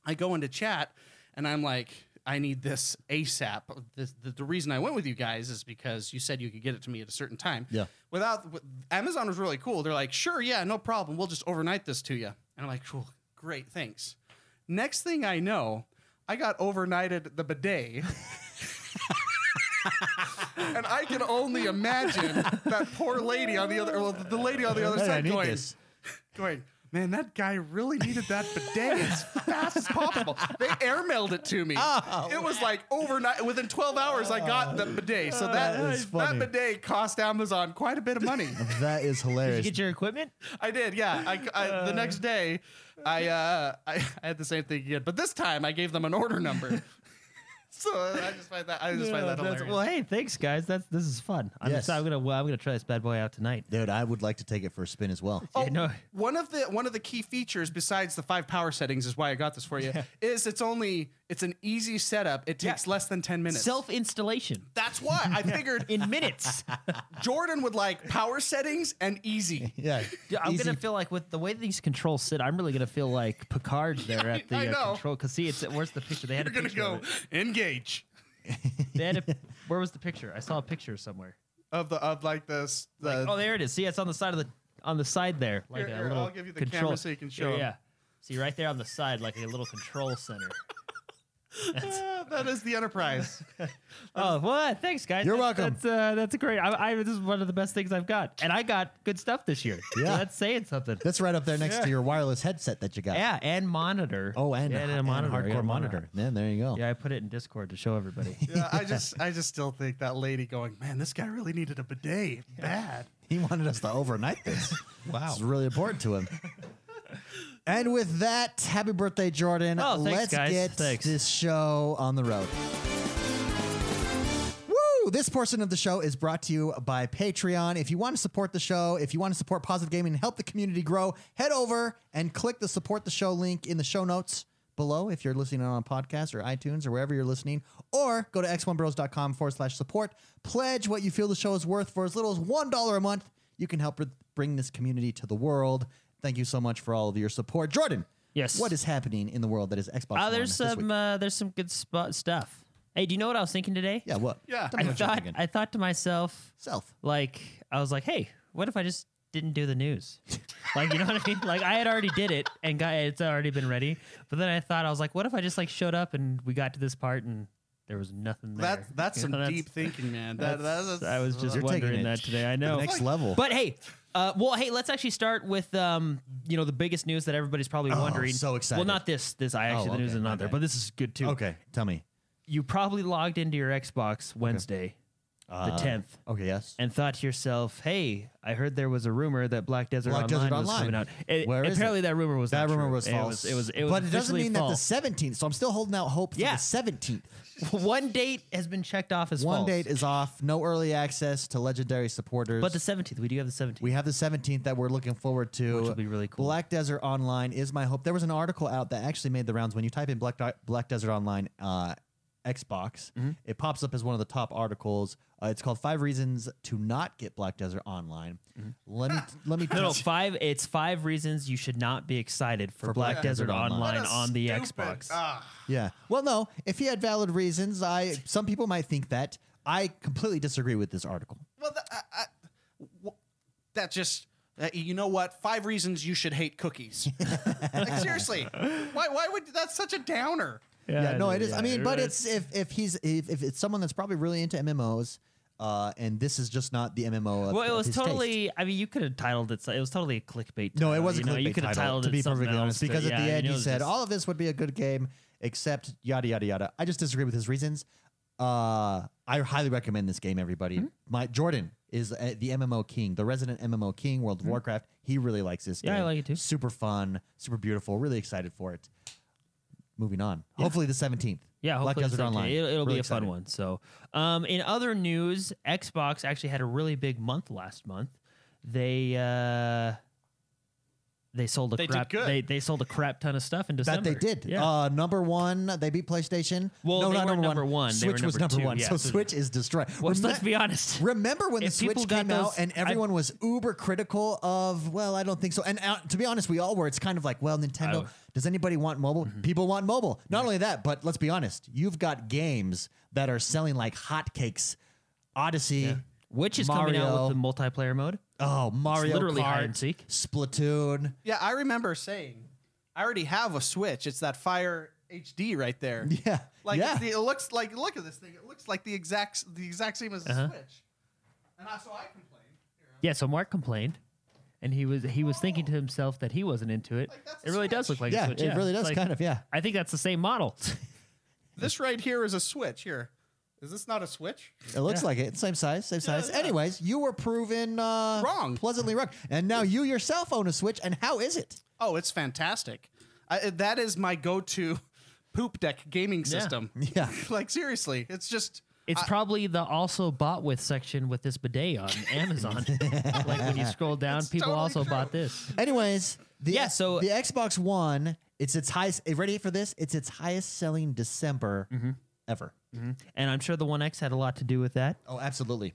I go into chat and I'm like, I need this ASAP. The, the, the reason I went with you guys is because you said you could get it to me at a certain time. Yeah. Without w- Amazon was really cool. They're like, sure, yeah, no problem. We'll just overnight this to you. And I'm like, cool, great, thanks. Next thing I know, I got overnighted the bidet. [laughs] and I can only imagine that poor lady on the other, well, the lady on the other Hey, I side need going, this. going, man, that guy really needed that bidet as fast as possible. They airmailed it to me. Oh. it was like overnight, within 12 hours, I got the bidet. So that, Oh, That is that, funny. bidet cost Amazon quite a bit of money. That is Did you hilarious. get your equipment? I did, yeah. I, I- Uh. the next day, I, uh, I I had the same thing again, but this time I gave them an order number. [laughs] so I just find that I just find that hilarious. well, hey, thanks guys. That's this is fun. I'm, Yes. excited. I'm gonna well, I'm gonna try this bad boy out tonight. Dude, I would like to take it for a spin as well. Oh, Yeah, no. one of the one of the key features besides the five power settings is why I got this for you is it's only it's an easy setup. It takes less than ten minutes. Self installation That's why I [laughs] figured in [laughs] minutes. Jordan would like power settings and [laughs] easy. Yeah. Dude, I'm easy. gonna feel like with the way these controls sit, I'm really gonna feel like Picard [laughs] there at the I know. uh, control. Cause see, it's where's the picture? They had You're a gonna picture. go of it. engage [laughs] They had a, where was the picture? I saw a picture somewhere. of the of like this. The, Like, oh, there it is. See, it's on the side of the on the side there. Like Uh, Here, a here, little I'll give you the control. camera so you can show Yeah, 'em. yeah. See, right there on the side, like a little control [laughs] center. Ah, that is the Enterprise. [laughs] Oh, what? Thanks, guys. You're That's- welcome. That's uh, that's great. I, I, this is one of the best things I've got, and I got good stuff this year. [laughs] So Yeah. that's saying something. That's right up there next to Yeah. your wireless headset that you got. Yeah, and monitor. Oh, and, Yeah, and I got hardcore a monitor. Then there you go. Yeah, I put it in Discord to [laughs] show everybody. Yeah, I just, I just still think that lady going, man, this guy really needed a bidet bad. He wanted us to overnight [laughs] this. Wow. It's really important to him. and with that, happy birthday, Jordan. Oh, thanks, Let's guys. get Thanks. this show on the road. Woo! This portion of the show is brought to you by Patreon. If you want to support the show, if you want to support Positive Gaming and help the community grow, head over and click the support the show link in the show notes below if you're listening on a podcast or iTunes or wherever you're listening, or go to x1bros.com forward slash support. Pledge what you feel the show is worth for as little as $1 a month. You can help bring this community to the world. Thank you so much for all of your support. Jordan. Yes. What is happening in the world that is Xbox? Oh, One there's this week? some uh, there's some good spot stuff. Hey, do you know what I was thinking today? Yeah, what? Yeah. Tell me I what you're thought thinking. I thought to myself, Self. like I was like, hey, what if I just didn't do the news? like you know what I mean? Like I had already did it and got it's already been ready. But then I thought I was like, what if I just like showed up and we got to this part and there was nothing there. That's that's [laughs] You some know, that's- deep thinking, man. That, that's- that's, I was just You're taking wondering it that today. I to the know. next level. But hey, uh, well, hey, let's actually start with um, you know the biggest news that everybody's probably wondering. Oh, so excited. Well, not this. This I actually Oh, the news okay, is my not there, bad. but this is good too. okay, tell me. You probably logged into your Xbox Wednesday, Uh, the tenth, Okay, yes. and thought to yourself, "Hey, I heard there was a rumor that Black Desert Black Online Desert was Online. coming out. It- Where is apparently, it? that rumor was that not rumor true. was It false. It was. It was. but it doesn't officially mean false. that the 17th. So I'm still holding out hope for Yeah. the 17th. one date has been checked off as One false. date is off. No early access to legendary supporters. but the seventeenth. We do have the seventeenth. we have the 17th that we're looking forward to. Which will be really cool. Black Desert Online is my hope. There was an article out that actually made the rounds. When you type in Black, Di- Black Desert Online uh, Xbox, Mm-hmm. it pops up as one of the top articles. Uh, it's called Five Reasons to Not Get Black Desert Online. Mm-hmm. Let me let [laughs] me No, [laughs] no, tell- five. It's five reasons you should not be excited for, Black, Desert, Online on the Xbox. Ah, Yeah. Well, no. If he had valid reasons, I some people might think that. I completely disagree with this article. well, that, I, I, wh- that just uh, you know what? Five reasons you should hate [laughs] cookies. like seriously, why? Why would that's such a downer? Yeah. no, it is. yeah, I mean, it but it's is. if if he's if, if it's someone that's probably really into MMOs, uh, and this is just not the MMO. Of, Well, it of was his taste. totally. I mean, you could have titled it. so- It was totally a clickbait. No, title, it was you not know? clickbait You could have title, titled to it be something perfectly honest, else, but because at yeah, the you end know, it he was said just- all of this would be a good game except yada yada yada. I just disagree with his reasons. Uh, I highly recommend this game, everybody. Hmm? My Jordan is uh, the MMO king, the resident MMO king, World Hmm? of Warcraft. He really likes this. Yeah, I game. like it too. Super fun, super beautiful. Really excited for it. Moving on. Hopefully the seventeenth. Yeah, Black hopefully Desert it's okay. Online. It'll, it'll Really be a excited. fun one. So, um, in other news, Xbox actually had a really big month last month. They uh, they sold a They did crap. good. They they sold a crap ton of stuff in December. That they did. Yeah. Uh, number one, they beat PlayStation. Well, no, they not weren't number, number one. one. They were Switch was number number two. one. Yeah, so so- Switch is destroyed. Well, Remem- let's be honest. Remember when the If people Switch got came out those- and I- everyone was uber critical of, well, I don't think so. And uh, to be honest, we all were. It's kind of like, well, Nintendo, Oh. does anybody want mobile? Mm-hmm. People want mobile. Not only that, but let's be honest, you've got games that are selling like hotcakes. Odyssey, Which is coming out with the Mario. multiplayer mode. oh, Mario literally Kart, hide and seek. Splatoon. [laughs] Yeah, I remember saying, I already have a Switch. It's that Fire HD right [laughs] there. Yeah. Like yeah. it's the- it looks like look at this thing. It looks like the exact s- the exact same as the Uh-huh. Switch. And I, so I complained. Here, I'm- Yeah, so Mark complained, and he was he was thinking to himself that he wasn't into it. Like, that's it a really does switch. look like yeah, a switch. it really does Like, kind of, yeah. I think that's the same model. [laughs] This right here is a Switch. Here, is this not a Switch? It looks like it. Same size, same size. yeah. Anyways, you were proven uh, Wrong. pleasantly wrong, and now you yourself own a Switch. And how is it? Oh, it's fantastic. I, uh, that is my go-to [laughs] poop deck gaming system. [laughs] Yeah. like seriously, it's just It's probably the also bought with section with this bidet on [laughs] Amazon. like when you scroll down, people totally also true. bought this. Anyways, the Yeah, so- the Xbox One, it's its highest. eh, Ready for this? It's its highest selling December ever. And I'm sure the One X had a lot to do with that. Oh, absolutely.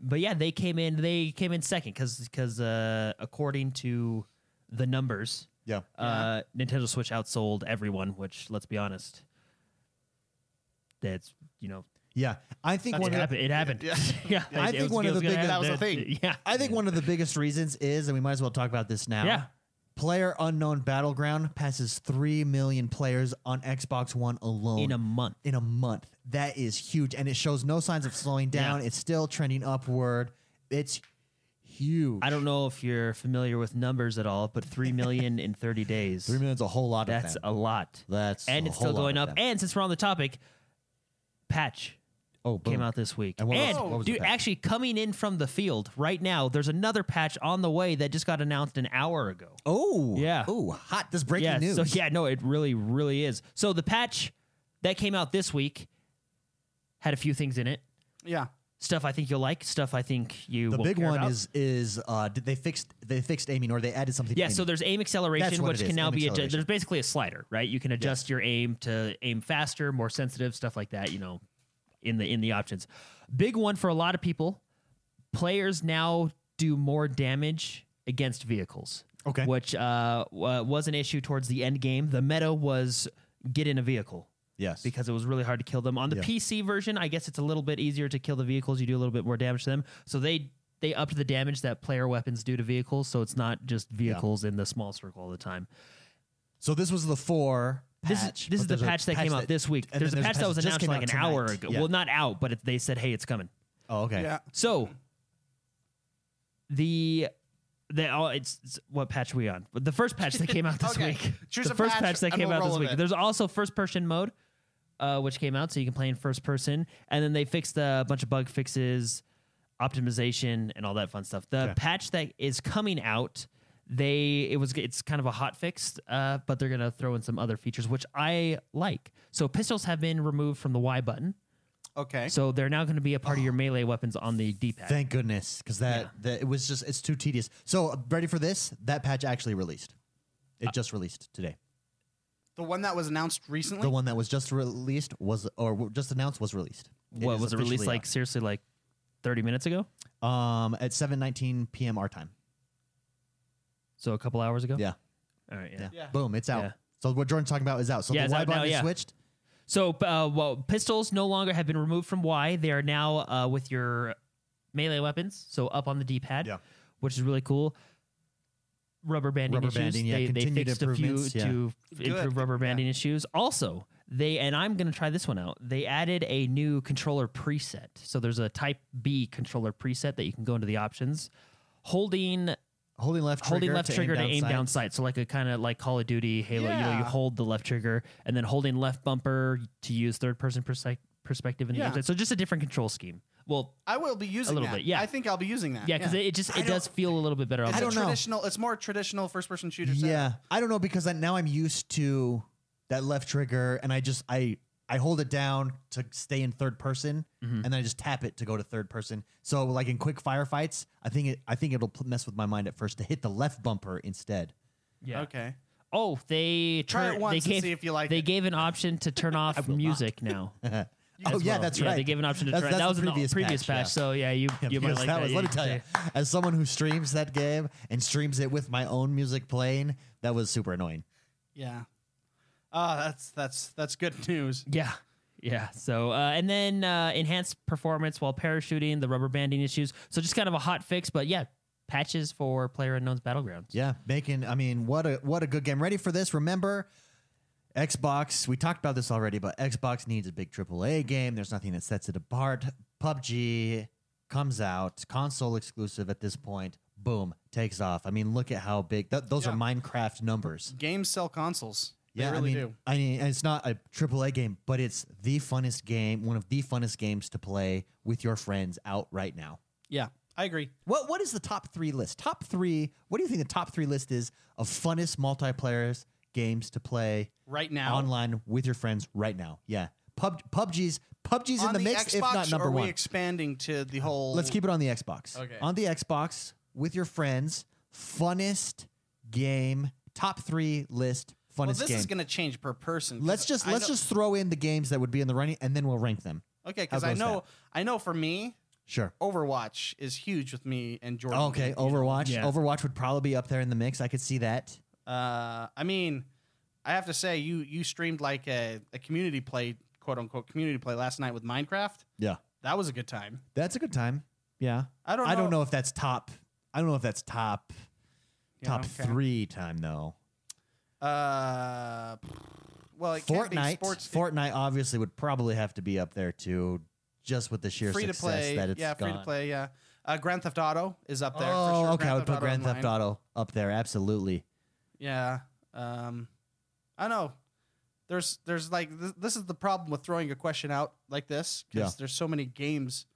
But yeah, they came in they came in second cuz cuz uh according to the numbers, Yeah. uh Nintendo Switch outsold everyone, which let's be honest that's, you know, Yeah. I think one. it of the- happened. It happened. Yeah. [laughs] Yeah, I it- it think was- one it of the gonna biggest- happen. That was the thing. Yeah, I think one of the biggest reasons is, and we might as well talk about this now. Yeah. Player Unknown Battleground passes 3 million players on Xbox One alone in a month. in a month. That is huge. And it shows no signs of slowing down. Yeah. It's still trending upward. It's huge. I don't know if you're familiar with numbers at all, but 3 million in 30 days. Three million's a whole lot That's of them. a lot. That's and a it's still whole lot going of up. them. And since we're on the topic, patch oh, boom. came out this week. And And, what was- what was the dude, patch? actually coming in from the field right now, there's another patch on the way that just got announced an hour ago. Oh, Yeah. Oh, hot. This breaking yeah, news. so [laughs] yeah, no, it really, really is. So the patch that came out this week had a few things in it. Yeah. Stuff I think you'll like, stuff I think you The won't big care one about. is is uh did they fixed they fixed aiming or they added something? to Yeah, so aiming? there's aim That's acceleration, what which it can is, now aim be adjusted. acceleration. There's basically a slider, right? You can adjust your aim to aim faster, more sensitive, stuff like that. You know, in the in the options. Big one for a lot of people. Players now do more damage against vehicles, Okay. which uh, wa- was an issue towards the end game. The meta was get in a vehicle yes. because it was really hard to kill them. On the Yeah. PC version, I guess it's a little bit easier to kill the vehicles. You do a little bit more damage to them. So they they upped the damage that player weapons do to vehicles, so it's not just vehicles in the small circle all the time. so this was the four This patch. is this but is the there's a patch that came out this week. and There's a then patch that was just announced came like out an hour tonight. ago. Yeah. Well, not out, but it, they said, "Hey, it's coming." oh, okay. Yeah. So the the oh, it's, it's- what patch are we on? But The first patch that came out this Okay. week. Choose the a first patch patch, that and came we'll out roll this with week. it. There's also first person mode, uh, which came out, so you can play in first person. And then they fixed a bunch of bug fixes, optimization, and all that fun stuff. The Okay. patch that is coming out, they it was it's kind of a hot fix, uh, but they're gonna throw in some other features which I like. So pistols have been removed from the Y button, Okay. so they're now going to be a part of your melee weapons on the D-pad. Thank goodness, because that, that it was just it's too tedious. So uh, ready for this? That patch actually released. Uh, It just released today. The one that was announced recently. The one that was just released was or w- just announced was released. what is was it released officially like seriously like 30 minutes ago out. Um, at seven nineteen p.m. our time. so a couple hours ago Yeah. all right yeah, Yeah. Yeah. Boom. It's out. Yeah. So what Jordan's talking about is out. So Yeah, the it's Y out now, button is yeah. switched. so uh, well pistols no longer have been removed from y they are now uh, with your melee weapons so up on the d-pad Yeah. which is really cool rubber banding Rubber issues banding, yeah, they, they continued fixed a few improvements, yeah. to f- Good, improve rubber yeah. banding issues also they and i'm going to try this one out they added a new controller preset so there's a type b controller preset that you can go into the options holding Holding left trigger. holding left to trigger aim to down aim down sights. sight. So like a kind of like Call of Duty, Halo. You know, you Yeah. hold the left trigger, and then holding left bumper to use third person persec- perspective in the Yeah. game. So just a different control scheme. Well, I will be using little that. bit, yeah. I think I'll be using that. yeah, because It, it just Uh, I it does feel a little bit better. on I it's the- don't a know. traditional. It's more traditional first person shooter. setup. Yeah, I don't know because I, now I'm used to that left trigger, and I just I I hold it down to stay in third person, Mm-hmm. and then I just tap it to go to third person. So like in quick firefights, I think it I think it'll pl- mess with my mind at first to hit the left bumper instead. [laughs] Yeah. Okay. Oh, they Try turn- it once they gave, and see if you like They it. gave an option [laughs] to turn off music now. oh as yeah, well. that's right. They gave an option to turn. that's That was the in the previous yeah. patch. So yeah, you Yeah, you might because like that that. was, yeah, let me tell you, as someone who streams that game and streams it with my own music playing, that was super annoying. Yeah. Oh, that's that's that's good news. Yeah. Yeah. So, uh, and then uh, enhanced performance while parachuting, the rubber banding issues. So, just kind of a hot fix, but yeah, patches for Player Unknown's Battlegrounds. Yeah, making. I mean, what a what a good game. Ready for this? Remember, Xbox. We talked about this already, but Xbox needs a big AAA game. There's nothing that sets it apart. PUBG comes out, console exclusive at this point. Boom, takes off. I mean, look at how big. Th- those are Yeah. Minecraft numbers. Games sell consoles. They Yeah, really I mean, do. I mean, it's not a AAA game, but it's the funnest game, one of the funnest games to play with your friends out right now. Yeah, I agree. What what is the top three list? Top three. What do you think the top three list is of funnest multiplayers games to play Right now, online with your friends right now? Yeah, Pub, PUBG's PUBG's on in the, mix, Xbox, if not are number we one. expanding to the whole? Let's keep it on the Xbox. Okay. On the Xbox with your friends, funnest game. Top three list. Funnest Well, this game. is going to change per person. 'cause let's just I let's know- just throw in the games that would be in the running, and then we'll rank them. okay how because I goes know I know for me, Sure. Overwatch is huge with me and Jordan. Okay. You know, Overwatch. Yeah. Overwatch would probably be up there in the mix. I could see that. Uh, I mean, I have to say you you streamed like a, a community play, quote unquote community play last night with Minecraft. Yeah. That was a good time. That's a good time. Yeah. I don't. Know, I don't know if that's top. I don't know if that's top you Top know? three time though. Uh, well, it can't be Fortnite. sports. Fortnite obviously would probably have to be up there too, just with the sheer free to success play. that it's yeah, free gone. to play. Yeah. Uh, Grand Theft Auto is up there. for Oh, sure. okay. I would put Grand Online. Theft Auto up there. Absolutely. Yeah. Um, I know. There's there's like th- this is the problem with throwing a question out like this because Yeah. there's so many games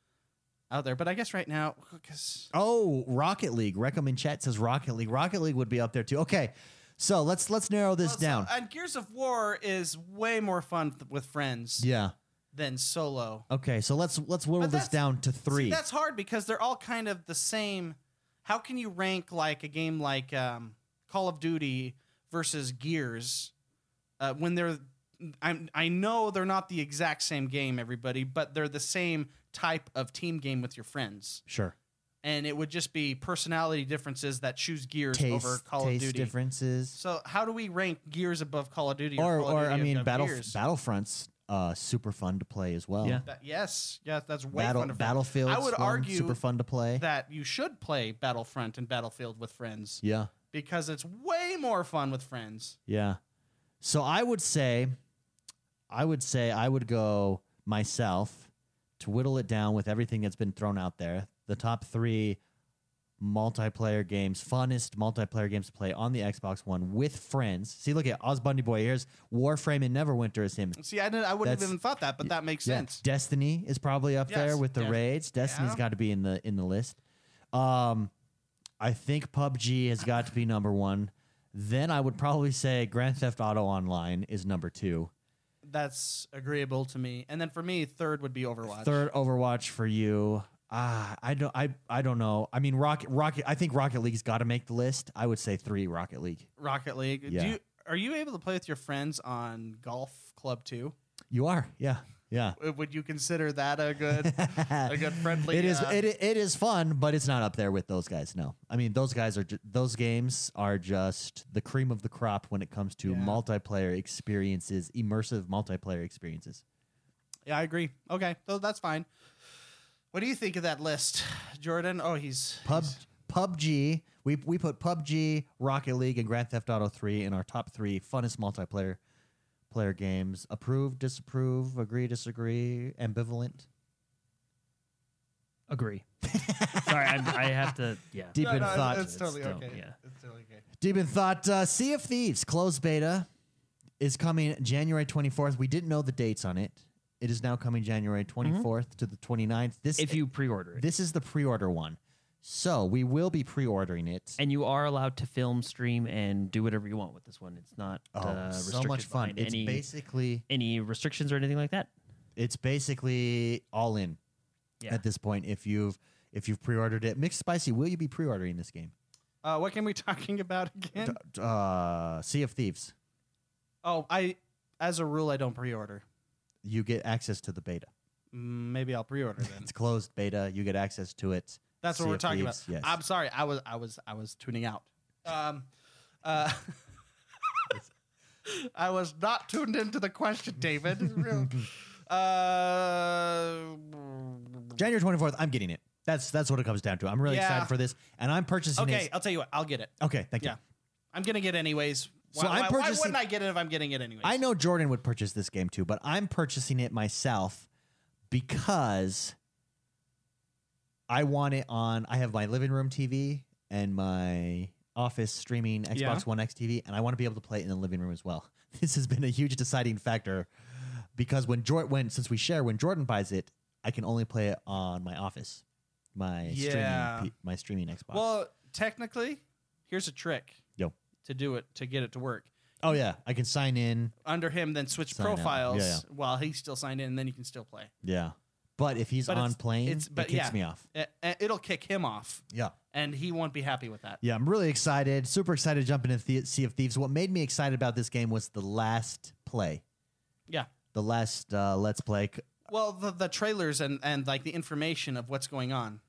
out there. But I guess right now, because Oh, Rocket League. Recom in chat says Rocket League. Rocket League would be up there too. Okay, so let's let's narrow this down. and Gears of War is way more fun th- with friends yeah. than solo. Okay, so let's let's whittle this that's- down to See, three. that's hard because they're all kind of the same. How can you rank like a game like um, Call of Duty versus Gears uh, when they're? I'm, I know they're not the exact same game, everybody, but they're the same type of team game with your friends, sure. and it would just be personality differences that choose Gears Taste, over Call taste of Duty. differences, So how do we rank Gears above Call of Duty, or Call of or Duty I mean, above Battle Gears? Battlefront's uh, super fun to play as well. Yeah. That- yes, yes, that's way Battle fun to play. Battlefield. I would argue super fun to play. that you should play Battlefront and Battlefield with friends yeah, because it's way more fun with friends. yeah. So I would say, I would say I would go myself to whittle it down with everything that's been thrown out there. The top three multiplayer games, funnest multiplayer games to play on the Xbox One with friends. See, look at Oz Bundy Boy. Here's Warframe and Neverwinter is him. See, I, didn't, I wouldn't That's- have even thought that, but that makes Yeah. sense. Destiny is probably up there Yes. with the Yeah. raids. Destiny's Yeah. got to be in the in the list. Um, I think PUBG has got to be number one. Then I would probably say Grand Theft Auto Online is number two. That's agreeable to me. And then for me, third would be Overwatch. Third Overwatch for you. Ah, I don't I I don't know. I mean Rocket Rocket I think Rocket League's got to make the list. I would say 3 Rocket League. Rocket League. Yeah. Do you, are you able to play with your friends on Golf Club too? You are. Yeah. Yeah. Uh, Would you consider that [laughs] a good, [laughs] a good friendly? It is uh, it, it is fun, but it's not up there with those guys. No, I mean those guys are ju- those games are just the cream of the crop when it comes to Yeah. multiplayer experiences, immersive multiplayer experiences. yeah, I agree. Okay, so that's fine. What do you think of that list, Jordan? Oh, he's Pub he's- PUBG, we we put PUBG, Rocket League, and Grand Theft Auto Three in our top three funnest multiplayer player games. Approve, disapprove, agree, disagree, ambivalent, Agree. [laughs] Sorry, I'm, I have to. Yeah. deep No, in no, it's- thought. It's, totally still- okay. yeah. It's totally okay. Deep in thought, uh, Sea of Thieves closed beta is coming January 24th. We didn't know the dates on it. It is now coming January 24th to the 29th. This Mm-hmm. If you pre-order it, this is the pre-order one. So, we will be pre-ordering it. and you are allowed to film, stream, and do whatever you want with this one. It's not oh, uh, so restricted much fun. behind It's any basically any restrictions or anything like that. it's basically all in Yeah. at this point if you've if you've pre-ordered it. Mixed Spicy, will you be pre-ordering this game? Uh, what game we [laughs] talking about again? D- Uh, sea of Thieves. Oh, I as a rule I don't pre-order. You get access to the beta. Mm, Maybe I'll pre-order then. It's closed beta. You get access to it. That's what Sea we're of talking Thieves, about. yes. I'm sorry. I was I was I was tuning out. Um, uh, [laughs] I was not tuned into the question, David. [laughs] Real- uh, January 24th, I'm getting it. That's that's what it comes down to. I'm really Yeah. excited for this, and I'm purchasing okay, it. I'll tell you what. I'll get it. Okay, thank Yeah. you. I'm gonna get it anyways. Why, So I'm why- why purchasing- wouldn't I get it if I'm getting it anyways? I know Jordan would purchase this game too, but I'm purchasing it myself because I want it on. I have my living room TV and my office streaming Xbox Yeah. One X TV, and I want to be able to play it in the living room as well. [laughs] This has been a huge deciding factor because when Jordan, when since we share, when Jordan buys it, I can only play it on my office, my Yeah. streaming, P- my streaming Xbox. Well, technically, here's a trick. Yo. To do it to get it to work Oh yeah, I can sign in. under him, then switch Sign out. profiles Yeah, while he's still signed in, and then you can still play. Yeah, but if he's But on it's- plane, it's- but it kicks yeah. me off. It, Eh, it'll kick him off, Yeah, and he won't be happy with that. yeah, I'm really excited. Super excited to jump into the- Sea of Thieves. What made me excited about this game was the last play. Yeah. the last uh, let's play. C- Well, the, the trailers and, and like the information of what's going on,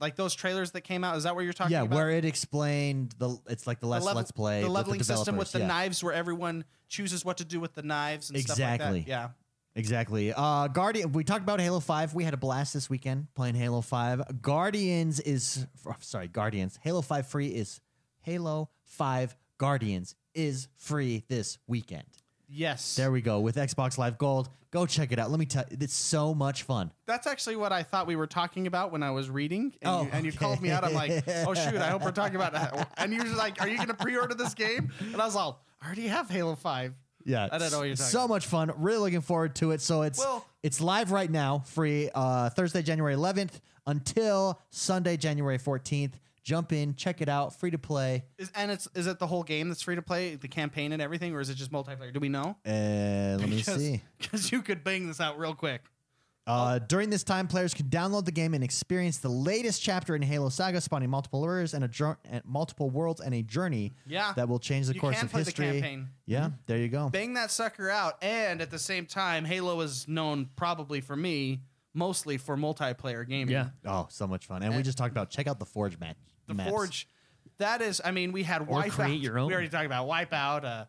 like those trailers that came out. Is that what you're talking Yeah, about? where it explained the it's like the last level- let's play. the with leveling system with developers. the yeah. knives, where everyone chooses what to do with the knives and stuff Exactly. like that. Yeah, Exactly. Uh Guardian we talked about Halo 5. We had a blast this weekend playing Halo 5. Guardians is f- sorry, Guardians. Halo 5 free is Halo 5 Guardians is free this weekend. Yes. There we go with Xbox Live Gold. Go check it out. Let me tell you, it's so much fun. That's actually what I thought we were talking about when I was reading, and, Oh, you, and you okay. called me out. I'm like, [laughs] oh shoot, I hope we're talking about that. And you're just like, are you going to pre-order this game? And I was all, I already have Halo Five. Yeah, I don't know what you're talking So about. much fun. Really looking forward to it. So it's Well- it's live right now, free uh, Thursday, January 11th until Sunday, January 14th. Jump in, check it out, free to play. Is, and it's is it the whole game that's free to play, the campaign and everything, or is it just multiplayer? Do we know? [laughs] Uh, let me Because- see. Because you could bang this out real quick. Oh. Uh, during this time, players can download the game and experience the latest chapter in Halo Saga, spawning multiple lures and a jour- and multiple worlds and a journey Yeah. that will change the You course can of play the history. campaign. Mm-hmm. Yeah, there you go. bang that sucker out. And at the same time, Halo is known probably for me mostly for multiplayer gaming. Yeah. Oh, so much fun! And we just talked about check out the Forge match. eh. the maps. Forge. That is, I mean, we had Wipeout. create your own. We already talked about Wipeout. Uh,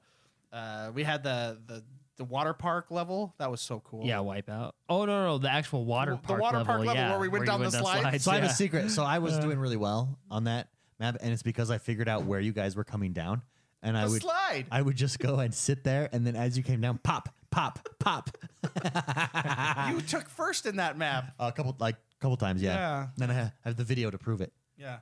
uh, we had the the the water park level. That was so cool. Yeah, Wipeout. Oh no, no, the actual water The park. water level, park level yeah, where we went you down the slides. So I have yeah. a secret. So I Uh. was doing really well on that map, and it's because I figured out where you guys were coming down, and I The would slide. I would just go and sit there, and then as you came down, pop, pop, [laughs] pop, [laughs] you took first in [laughs] that map. a couple like couple times, yeah. Yeah. Then I ha- I have the video to prove it. Yeah.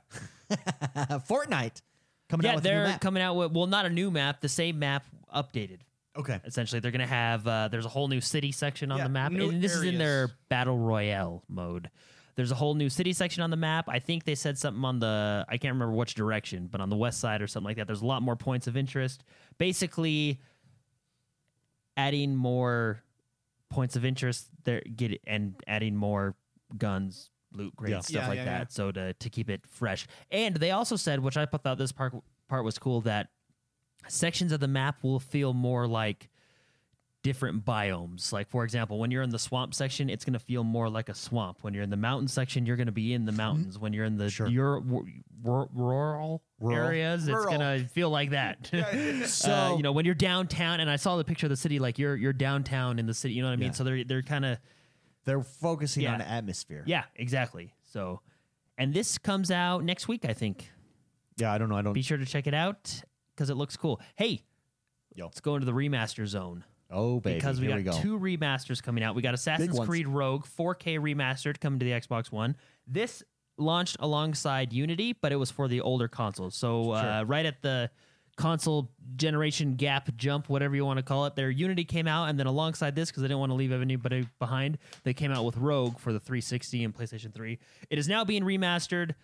[laughs] [laughs] Fortnite coming out Yeah, with a new they're map. coming out with well, not a new map, the same map updated. okay. Essentially, they're gonna have uh, there's a whole new city section on Yeah, the map, new and this is in their areas. battle royale mode. There's a whole new city section on the map. I think they said something on the I can't remember which direction, but on the west side or something like that. There's a lot more points of interest. Basically, adding more points of interest there, get it, and adding more guns, loot, great Yeah. stuff Yeah, like yeah, that. yeah. So to to keep it fresh. And they also said, which I thought this part part was cool, that sections of the map will feel more like different biomes. Like for example, when you're in the swamp section, it's going to feel more like a swamp. When you're in the mountain section, you're going to be in the mountains. When you're in the Mm-hmm. Sure. your wor- wor- rural, Rural. areas, Rural. it's going to feel [laughs] like that. [laughs] So uh, you know, when you're downtown, and I saw the picture of the city, like you're you're downtown in the city. You know what I mean? Yeah. So they're they're kind of they're focusing Yeah. on atmosphere. yeah, exactly. So, and this comes out next week, I think. Yeah, I don't know. I don't. Be sure to check it out because it looks cool. Hey, Yo. let's go into the remaster zone. oh, baby. because we Here got we go. two remasters coming out. We got Assassin's ones. Creed Rogue 4K remastered coming to the Xbox One. This launched alongside Unity, but it was for the older consoles. So uh, right at the console generation gap jump, whatever you want to call it, their Unity came out, and then alongside this, because they didn't want to leave anybody behind, they came out with Rogue for the 360 and PlayStation 3. It is now being remastered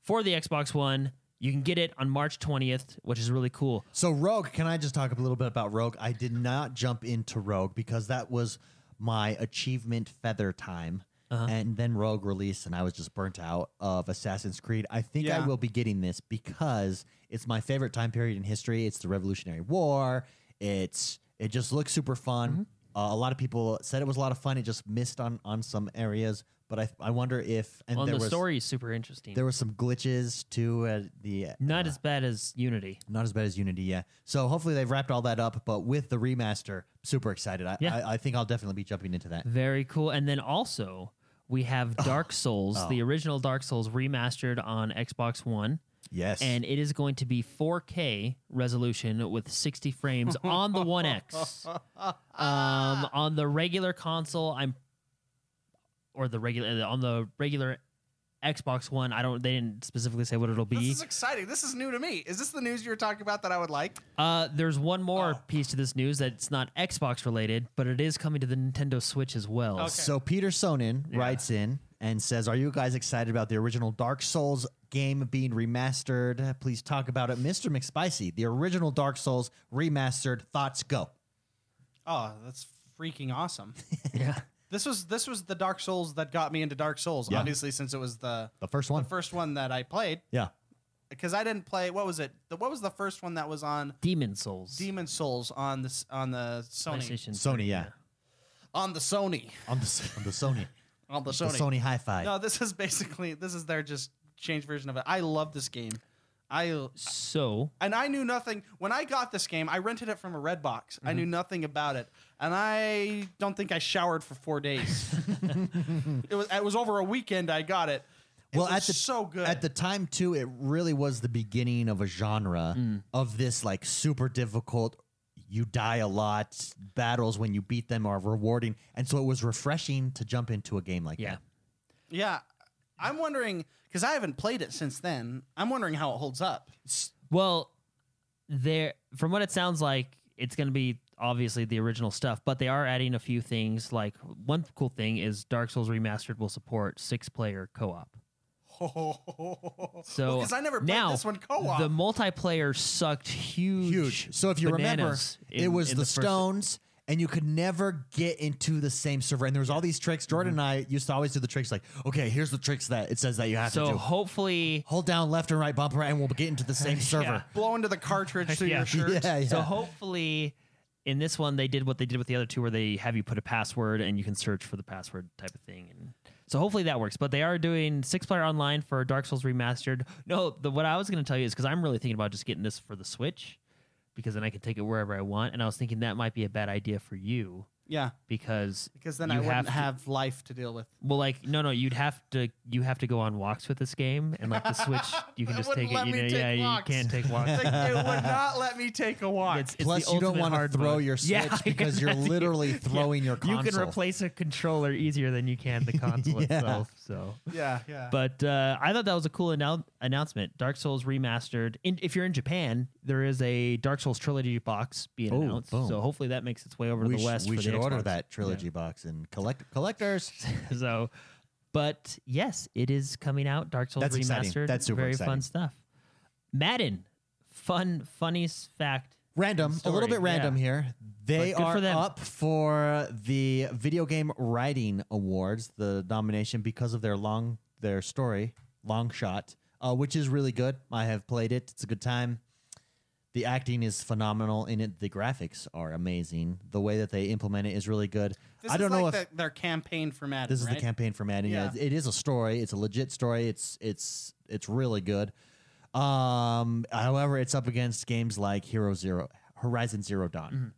for the Xbox One. You can get it on March 20th, which is really cool. So Rogue, can I just talk a little bit about Rogue? I did not jump into Rogue because that was my achievement feather time. Uh-huh. And then Rogue released, and I was just burnt out of Assassin's Creed. I think I Yeah. will be getting this because it's my favorite time period in history. It's the Revolutionary War. It's it just looks super fun. Mm-hmm. Uh, a lot of people said it was a lot of fun. It just missed on on some areas, but I I wonder if and On there the was story is super interesting. there were some glitches to uh, the Not as bad as Unity. Not as bad as Unity, yeah. So hopefully they've wrapped all that up. But with the remaster, super excited. I, Yeah. I, I think I'll definitely be jumping into that. Very cool. And then also, we have Oh. Dark Souls, the original Dark Souls remastered on Xbox One. Yes. And it is going to be 4K resolution with 60 [laughs] frames on the One X. Um, on the regular console, I'm or the regular on the regular Xbox One. I don't. They didn't specifically say what it'll This be. is exciting. This is new to me. Is this the news you were talking about that I would like? Uh, there's one Oh. more piece to this news that's not Xbox related, but it is coming to the Nintendo Switch as well. Okay. so Peter Sonin writes in and says, "Are you guys excited about the original Dark Souls game being remastered? Please talk about it, Mister McSpicy. The original Dark Souls remastered. Thoughts? Go. Oh, that's freaking awesome. Yeah. This was this was the Dark Souls that got me into Dark Souls. Yeah. Obviously, since it was the The first one. the first one that I played, yeah. because I didn't play. What was it? The, what was the first one that was on Demon Souls. Demon Souls on this on the Sony PlayStation Sony. Yeah. on the Sony On the s- on the [laughs] Sony. on the The Sony. Sony Hi-Fi. No, this is basically this is their just changed version of it. I love this game. I So and I knew nothing when I got this game. I rented it from a Redbox. box. I Mm-hmm. knew nothing about it, and I [laughs] don't think I showered for four days. it was it was over a weekend. I got it. well, Well, was at the- so good. At the time, too, it really was the beginning of a genre Mm. of this like super difficult. You die a lot. Battles when you beat them are rewarding, and so it was refreshing to jump into a game like Yeah. that. yeah, I'm wondering because I haven't played it since then. I'm wondering how it holds [laughs] up. Well, there from what it sounds like, it's going to be obviously the original stuff, but they are adding a few things. Like one cool thing is Dark Souls Remastered will support six-player co-op. So because I never played now, this one co-op. The multiplayer sucked huge. Huge. So if you remember, bananas it in- was in the, first- stones, and you could never get into the same server. And there was all these tricks. Mm-hmm. Jordan and I used to always do the tricks like, okay, here's the tricks that it says that you have to So do. hopefully, Hold down left and right bumper, and we'll get into the [laughs] same server. blow into the cartridge through Yeah. your shirt. [laughs] Yeah, yeah. So hopefully, in this one they did what they did with the other two, where they have you put a password and you can search for the password type of thing. And so hopefully that works. But they are doing six player online for Dark Souls Remastered. No, the, what I was going to tell you is because I'm really thinking about just getting this for the Switch, because then I can take it wherever I want. And I was thinking that might be a bad idea for you Yeah, because because then You I have wouldn't to- have life to [laughs] deal with. well, like no, no, you'd have to you have to go on walks with this game, and like the Switch, [laughs] you can It just wouldn't take it. let You me know, take yeah, walks. you [laughs] can't take walks. Like, it would not let me take a walk. It's- it's Plus, the you don't ultimate want to hard throw mode. your switch [laughs] Yeah, because you're [laughs] exactly. literally throwing your console. You can replace a controller easier than you [laughs] can the console Yeah. itself. So, yeah, yeah. but uh, I thought that was a cool annou- announcement. Dark Souls remastered. In, if you're in Japan, there is a Dark Souls trilogy box being Oh, announced. boom. So hopefully that makes its way over to sh- the west. we for the should order Xbox. that trilogy box and collect collectors. Yeah. [laughs] so, but yes, it is coming out. Dark Souls That's remastered. exciting. That's super very exciting. fun stuff. Madden, fun, funny s- fact. Random, a little bit Story, random yeah. here. They But good are for them. up for the video game writing awards, the nomination because of their long their story, long shot, uh, which is really good. I have played it; it's a good time. The acting is phenomenal in it. The graphics are amazing. The way that they implement it is really good. this I don't is know like if the, their campaign for Madden. This is right? the campaign for Madden. Yeah. Yeah. it is a story. It's a legit story. It's it's it's really good. Um, however, it's up against games like Hero Zero, Horizon Zero Dawn.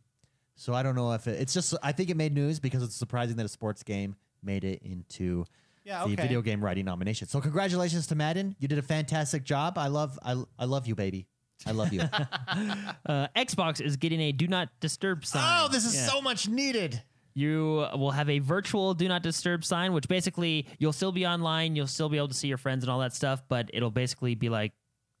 So I don't know if it, it's just. I think it made news because it's surprising that a sports game made it into Yeah, the Ah, okay. video game writing nomination. So congratulations to Madden. You did a fantastic job. I love I I love you, baby. I love you. Uh, Xbox is getting a do not disturb sign. oh, this is Yeah. so much needed. You will have a virtual do not disturb sign, which basically you'll still be online, you'll still be able to see your friends and all that stuff, but it'll basically be like,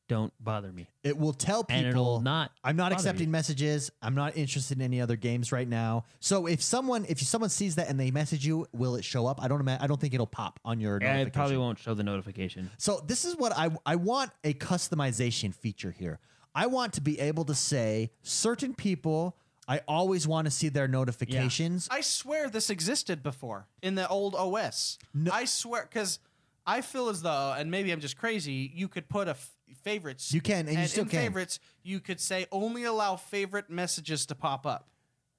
don't bother me. It will tell people And it'll not. I'm not bother accepting you. messages. I'm not interested in any other games right now. So if someone if someone sees that and they message you, will it show up? I don't ima- I don't think it'll pop on your Yeah, notification. it probably won't show the notification. So this is what I I want a customization feature here. I want to be able to say certain people I always want to see their notifications. I swear this existed before in the old OS. I swear, because I feel as though, and maybe I'm just crazy, you could put a f- favorites. You can, and you still in can. favorites, you could say only allow favorite messages to pop up.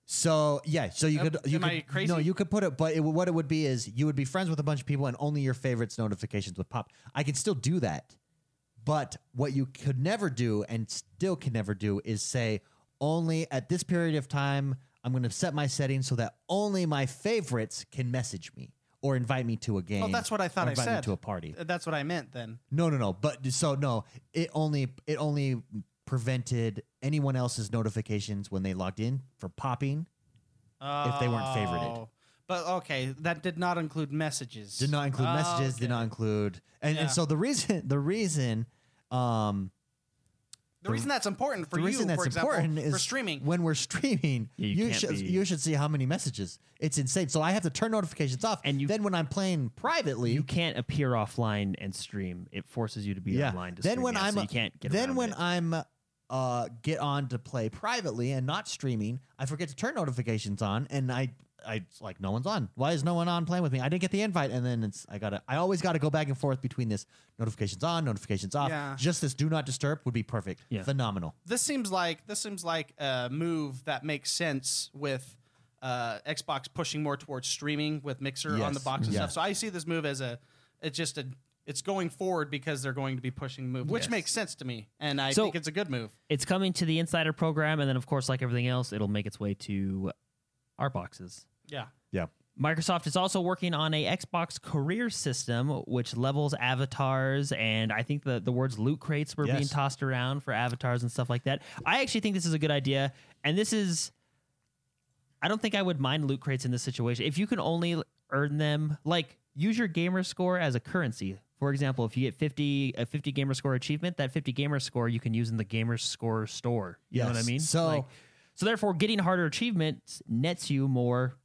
So yeah, so you Am- could you am could I crazy? no, you could put it, but it, what it would be is you would be friends with a bunch of people, and only your favorites notifications would pop. I can still do that, but what you could never do, and still can never do, is say only at this period of time I'm going to set my settings so that only my favorites can message me or invite me to a game. Oh, that's what I thought or I invite me said. to a party. Uh, That's what I meant then. No, no, no. But so no, it only it only prevented anyone else's notifications when they logged in for popping. If they weren't favorited. Oh. But okay, that did not include messages. did not include Oh, messages okay. did not include and, and Yeah. so the reason the reason um The reason that's important for the you, reason that's for example, important is for streaming. when we're streaming Yeah, you, you can't should be- you should see how many messages it's insane so i have to turn notifications off And you- then when i'm playing privately You can't appear offline and stream. It forces you to be yeah online to then stream. when yeah, i'm so you can't get then around when it. i'm uh get on to play privately and not streaming i forget to turn notifications on and i I it's like no one's on. Why is no one on playing with me? I didn't get the invite, and then it's I gotta. I always gotta go back and forth between this notifications on, notifications off. Yeah. Just this do not disturb would be perfect. Yeah. Phenomenal. this seems like this seems like a move that makes sense with uh, Xbox pushing more towards streaming with Mixer on the Yes. box and Yeah. stuff. So I see this move as a it's just a it's going forward because they're going to be pushing move, which Yes. makes sense to me, and I So- think it's a good move. it's coming to the insider program, and then of course, like everything else, it'll make its way to our boxes. Yeah, Yeah. Microsoft is also working on a Xbox career system which levels avatars and I think the, the words loot crates were being Yes. tossed around for avatars and stuff like that. I actually think this is a good idea and this is I don't think I would mind loot crates in this situation. If you can only earn them, like use your gamer score as a currency. For example, if you get 50 a 50 gamer score achievement, that 50 gamer score you can use in the gamer score store. You know what I Yes. mean? So- Like, so therefore getting harder achievements nets you more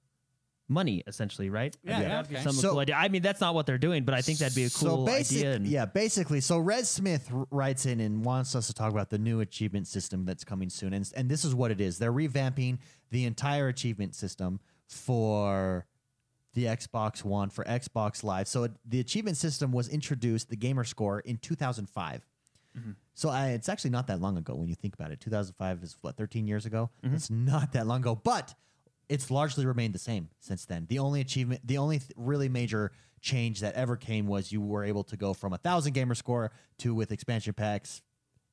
money essentially, right? Yeah, I mean, yeah, that'd be okay. Some So- cool idea. I mean, that's not what they're doing, but I think that'd be a cool basic- idea. and- yeah, basically. So Red Smith r- writes in and wants us to talk about the new achievement system that's coming soon, and and this is what it is. They're revamping the entire achievement system for the Xbox One for Xbox Live. So it, the achievement system was introduced, the gamer score, in 2005. So I, it's actually not that long ago when you think about it. 2005 is what 13 years ago. It's not that long ago, but it's largely remained the same since then. The only achievement, the only th- really major change that ever came was you were able to go from a thousand gamer score to with expansion packs,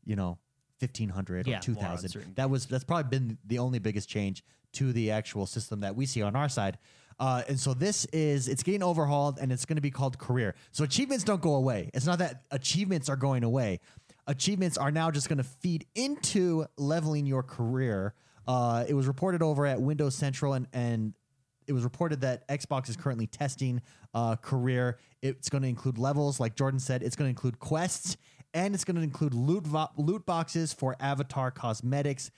you know, 1500 or Yeah, more on 2000. certain That was that's probably been the only biggest change to the actual system that we see on our side. Uh, and so this is it's getting overhauled and it's going to be called career. So achievements don't go away. It's not that achievements are going away. Achievements are now just going to feed into leveling your career. Uh, it was reported over at Windows Central and and it was reported that Xbox is currently testing uh, career. It's going to include levels, like Jordan said. It's going to include quests, and it's going to include loot vo- loot boxes for avatar cosmetics.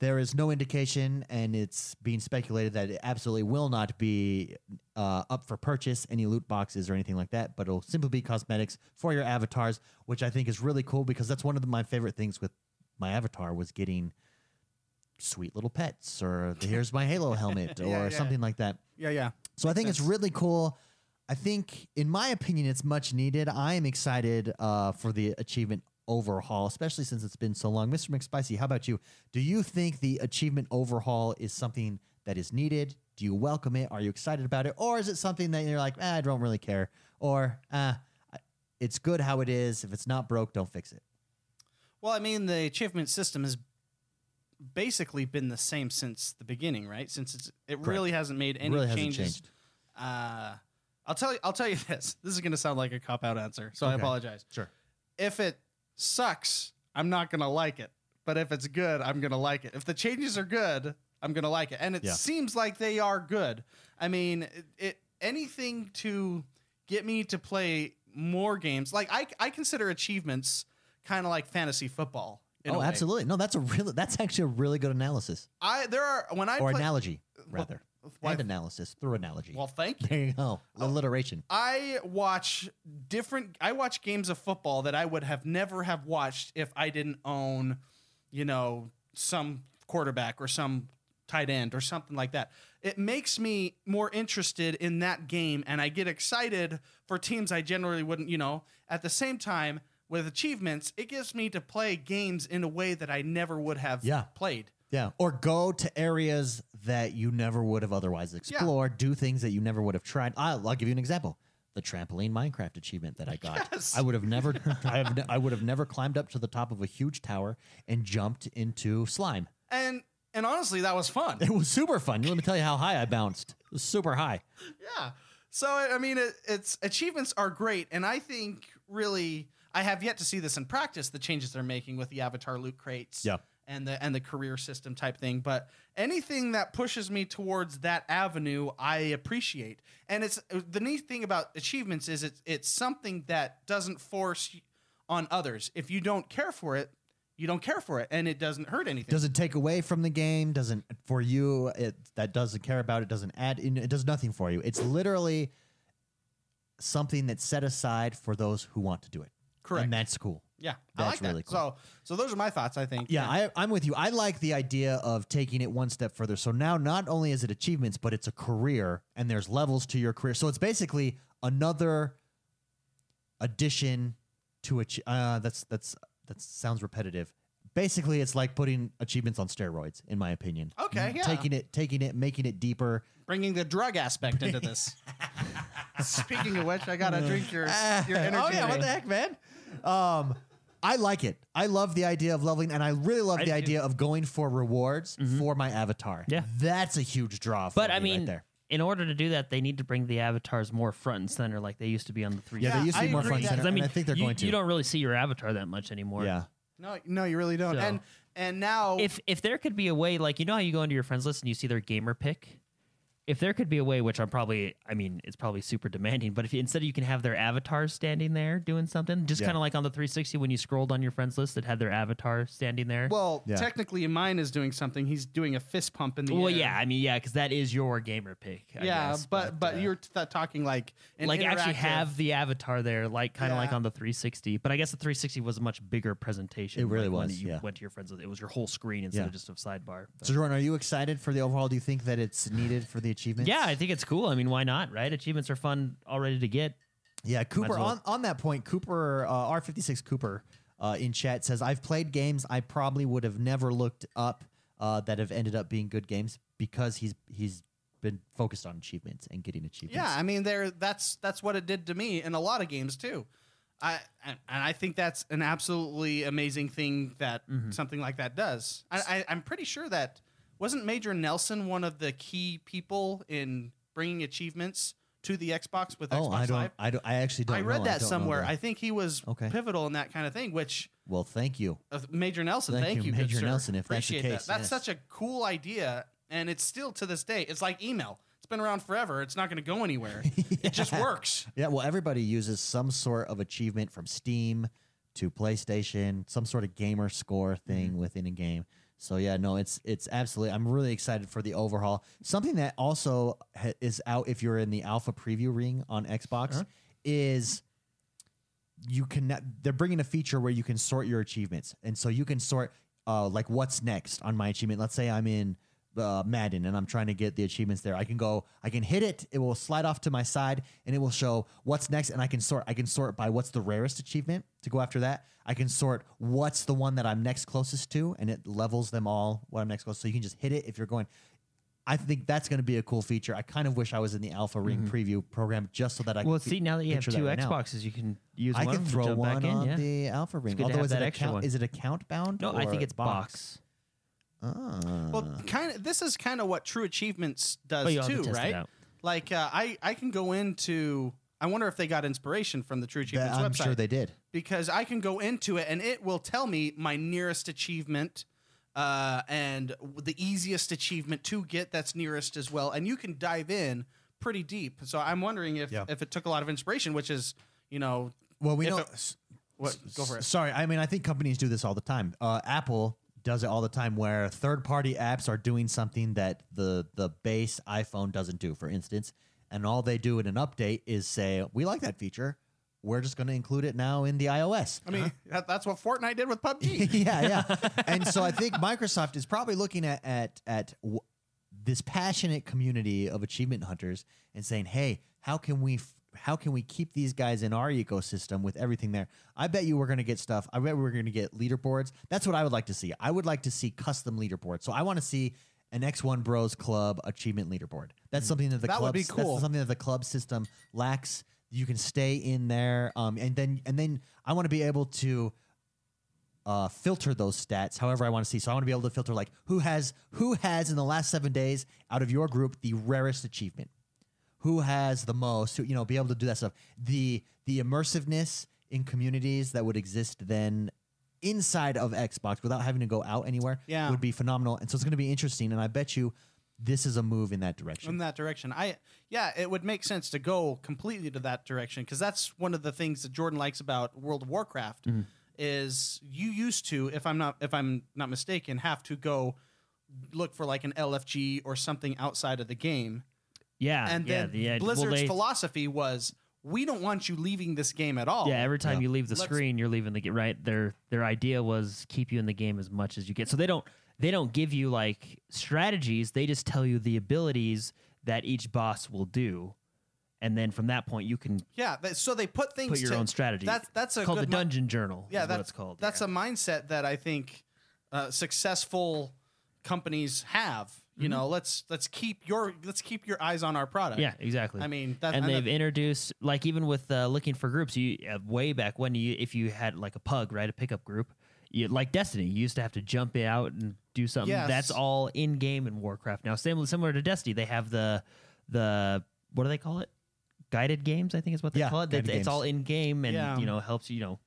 There is no indication, and it's being speculated that it absolutely will not be uh, up for purchase, any loot boxes or anything like that, but it'll simply be cosmetics for your avatars, which I think is really cool because that's one of the- my favorite things with my avatar was getting sweet little pets [laughs] or the, here's my Halo helmet or Yeah, yeah. something like that. Yeah, yeah. So I think it's sense. really cool. I think, in my opinion, it's much needed. I am excited uh, for the achievement overhaul, especially since it's been so long. Mr. McSpicy, how about you? Do you think the achievement overhaul is something that is needed? Do you welcome it? Are you excited about it? Or is it something that you're like, ah, I don't really care? Or, ah, I- it's good how it is. If it's not broke, don't fix it. Well, I mean, the achievement system has basically been the same since the beginning, right? Since it's, it really hasn't made any really changes. hasn't changed. Uh, I'll tell you. I'll tell you [laughs] this. This is going to sound like a cop out answer, so I Okay. apologize. Sure. If it sucks, I'm not going to like it. But if it's good, I'm going to like it. If the changes are good, I'm going to like it. And it Yeah. seems like they are good. I mean, it, it anything to get me to play more games. Like I, I consider achievements kind of like fantasy football. in a oh, way. absolutely. No, that's a really that's actually a really good analysis I there are when I or play. analogy Well, rather, why- and analysis through analogy. well, thank you. There you go. [laughs] Alliteration. I watch different. I watch games of football that I would have never have watched if I didn't own, you know, some quarterback or some tight end or something like that. It makes me more interested in that game, and I get excited for teams I generally wouldn't. You know, at the same time with achievements, it gives me to play games in a way that I never would have Yeah. played. Yeah. Or go to areas that you never would have otherwise explored, do things that you never would have tried. I'll, I'll give you an example. The trampoline Minecraft achievement that I got. Yes. I would have [laughs] never I, have ne- I would have never climbed up to the top of a huge tower and jumped into slime. And and honestly, that was fun. It was super fun. Let me tell you how high I bounced. It was super high. Yeah. So I I mean, it, it's achievements are great, and I think really I have yet to see this in practice. The changes they're making with the avatar loot crates, Yeah. and the and the career system type thing. But anything that pushes me towards that avenue, I appreciate. And it's the neat thing about achievements is it's it's something that doesn't force y- on others. If you don't care for it, you don't care for it, and it doesn't hurt anything. Doesn't take away from the game. Doesn't for you. It that doesn't care about it. Doesn't add. in- It does nothing for you. It's literally something that's set aside for those who want to do it. Correct. And that's cool. yeah, I That's like really that. cool. So so those are my thoughts. I think. Yeah, I, I'm with you. I like the idea of taking it one step further. So now, not only is it achievements, but it's a career, and there's levels to your career. So it's basically another addition to a. Uh, that's that's that sounds repetitive. Basically, it's like putting achievements on steroids, in my opinion. Mm. Okay, yeah. Taking it, taking it, making it deeper. bringing the drug aspect [laughs] into this. Speaking of which, I gotta drink your your energy. oh yeah, what the heck, man? Um, I like it. I love the idea of leveling, and I really love I the do. Mm-hmm. idea of going for rewards for my avatar. Yeah. that's a huge draw. For But me I mean, right there. in order to do that, they need to bring the avatars more front and center, like they used to be on the three. Yeah, Yeah, they used to I be more agree front that- center. I and mean, I think they're you, going to. you don't really see your avatar that much anymore. yeah. No, no, you really don't. So- And and now If if there could be a way, like you know how you go into your friends list and you see their gamer pick. If there could be a way, which I'm probably, I mean, it's probably super demanding, but if you, instead you can have their avatars standing there doing something, just Yeah. kind of like on the 360 when you scrolled on your friends list that had their avatar standing there. well, Yeah. technically mine is doing something. He's doing a fist pump in the Well, air. yeah, I mean, yeah, because that is your gamer pick. I yeah, guess, but but uh, you're t- talking like an like actually interactive- have the avatar there, like kind of like Yeah. on the 360. But I guess the 360 was a much bigger presentation. It really like, when was, you yeah. went to your friends with it was your whole screen instead Yeah. of just a sidebar. But- So, Jordan, are you excited for the overhaul? Do you think that it's needed for the achievements? yeah, I think it's cool. I mean, why not? Right? Achievements are fun already to get. Yeah, Cooper. well. On, on that point, Cooper uh, R fifty six Cooper uh, in chat says, "I've played games I probably would have never looked up uh, that have ended up being good games because he's he's been focused on achievements and getting achievements." Yeah, I mean, there. That's that's what it did to me in a lot of games too. I and and I think that's an absolutely amazing thing that Mm-hmm. something like that does. I, I, I'm pretty sure that wasn't Major Nelson one of the key people in bringing achievements to the Xbox with Oh, Xbox I don't, Live. I don't. I actually don't. I know. read that don't know somewhere. that. I think he was Okay. pivotal in that kind of thing, which well, thank you. uh, Major Nelson, Thank thank, you, you, good Major sir. Nelson, if that's the Appreciate case, that. yes. That's such a cool idea, and it's still to this day. It's like email. It's been around forever. It's not going to go [laughs] anywhere. [laughs] It just works. Yeah, well, everybody uses some sort of achievement from Steam to PlayStation, some sort of gamer score thing within a game. So yeah, no, it's it's absolutely. I'm really excited for the overhaul. Something that also ha- is out if you're in the alpha preview ring on Xbox Uh-huh. is you can na- they're bringing a feature where you can sort your achievements, and so you can sort uh, like what's next on my achievement. Let's say I'm in uh, Madden and I'm trying to get the achievements there. I can go, I can hit it. It will slide off to my side and it will show what's next. And I can sort, I can sort by what's the rarest achievement to go after that. I can sort what's the one that I'm next closest to, and it levels them all what I'm next close. So you can just hit it if you're going. I think that's going to be a cool feature. I kind of wish I was in the Alpha Ring preview program just so that I well, could fe- see, now that you have picture two right now. Xboxes, you can use I one can to throw jump back one in. on yeah. the Alpha Ring. good to Although have is it that extra account one. is it account bound? No, I or think it's box. Ah. Well, kind of. This is kind of what True Achievements Oh, does you'll have to too, test it right? out. Like uh, I, I can go into. I wonder if they got inspiration from the True That- Achievements I'm website sure they did. because I can go into it and it will tell me my nearest achievement uh, and w- the easiest achievement to get that's nearest as well. And you can dive in pretty deep. So I'm wondering if, Yeah. if it took a lot of inspiration, which is, you know, Well, we If know. it- s- what, go for S- it. Sorry, I mean I think companies do this all the time. Uh, Apple does it all the time, where third-party apps are doing something that the the base iPhone doesn't do. For instance, and all they do in an update is say, "We like that feature. We're just going to include it now in the iOS." I mean, that, that's what Fortnite did [laughs] with PUBG. yeah, [laughs] yeah. And so I think Microsoft is probably looking at at at w- this passionate community of achievement hunters and saying, "Hey, how can we f- how can we keep these guys in our ecosystem with everything there? I bet you we're going to get stuff. I bet we're going to get leaderboards. That's what I would like to see. I would like to see custom leaderboards. So I want to see an X1 Bros Club achievement leaderboard. That's something that the Mm. That would club be cool. that's something that the club system lacks. You can stay in there, um, and then and then I want to be able to uh, filter those stats however I want to see. So I want to be able to filter like who has who has in the last seven days out of your group the rarest achievement, who has the most, who, you know, be able to do that stuff. The the immersiveness in communities that would exist then inside of Xbox without having to go out anywhere Yeah. would be phenomenal. And so it's going to be interesting. And I bet you this is a move in that direction. in that direction. I yeah, it would make sense to go completely to that direction because that's one of the things that Jordan likes about World of Warcraft Mm-hmm. is you used to, if I'm not if I'm not mistaken, have to go look for like an LFG or something outside of the game. Yeah, And yeah, then the, uh, well, Blizzard's they- philosophy was we don't want you leaving this game at all. Yeah, every time Yeah. you leave the Let's- screen, you're leaving the game. Right, their their idea was keep you in the game as much as you get. So they don't they don't give you like strategies. They just tell you the abilities that each boss will do, and then from that point you can yeah. that- so they put things put your to- own strategy. That's that's a called the good mi- dungeon journal. yeah, is that's what it's called. That's yeah. a mindset that I think uh, successful companies have. You know, let's let's keep your let's keep your eyes on our product. Mm-hmm. yeah, exactly. I mean, that, and and they've that- introduced like even with uh, looking for groups you uh, way back when you if you had like a pug right a pickup group you, like destiny you used to have to jump it out and do something Yes. that's all in game in warcraft now similar similar to destiny they have the the what do they call it? Guided games, I think is what they Yeah, call it. It's, guided it's all in game, and Yeah. you know helps you know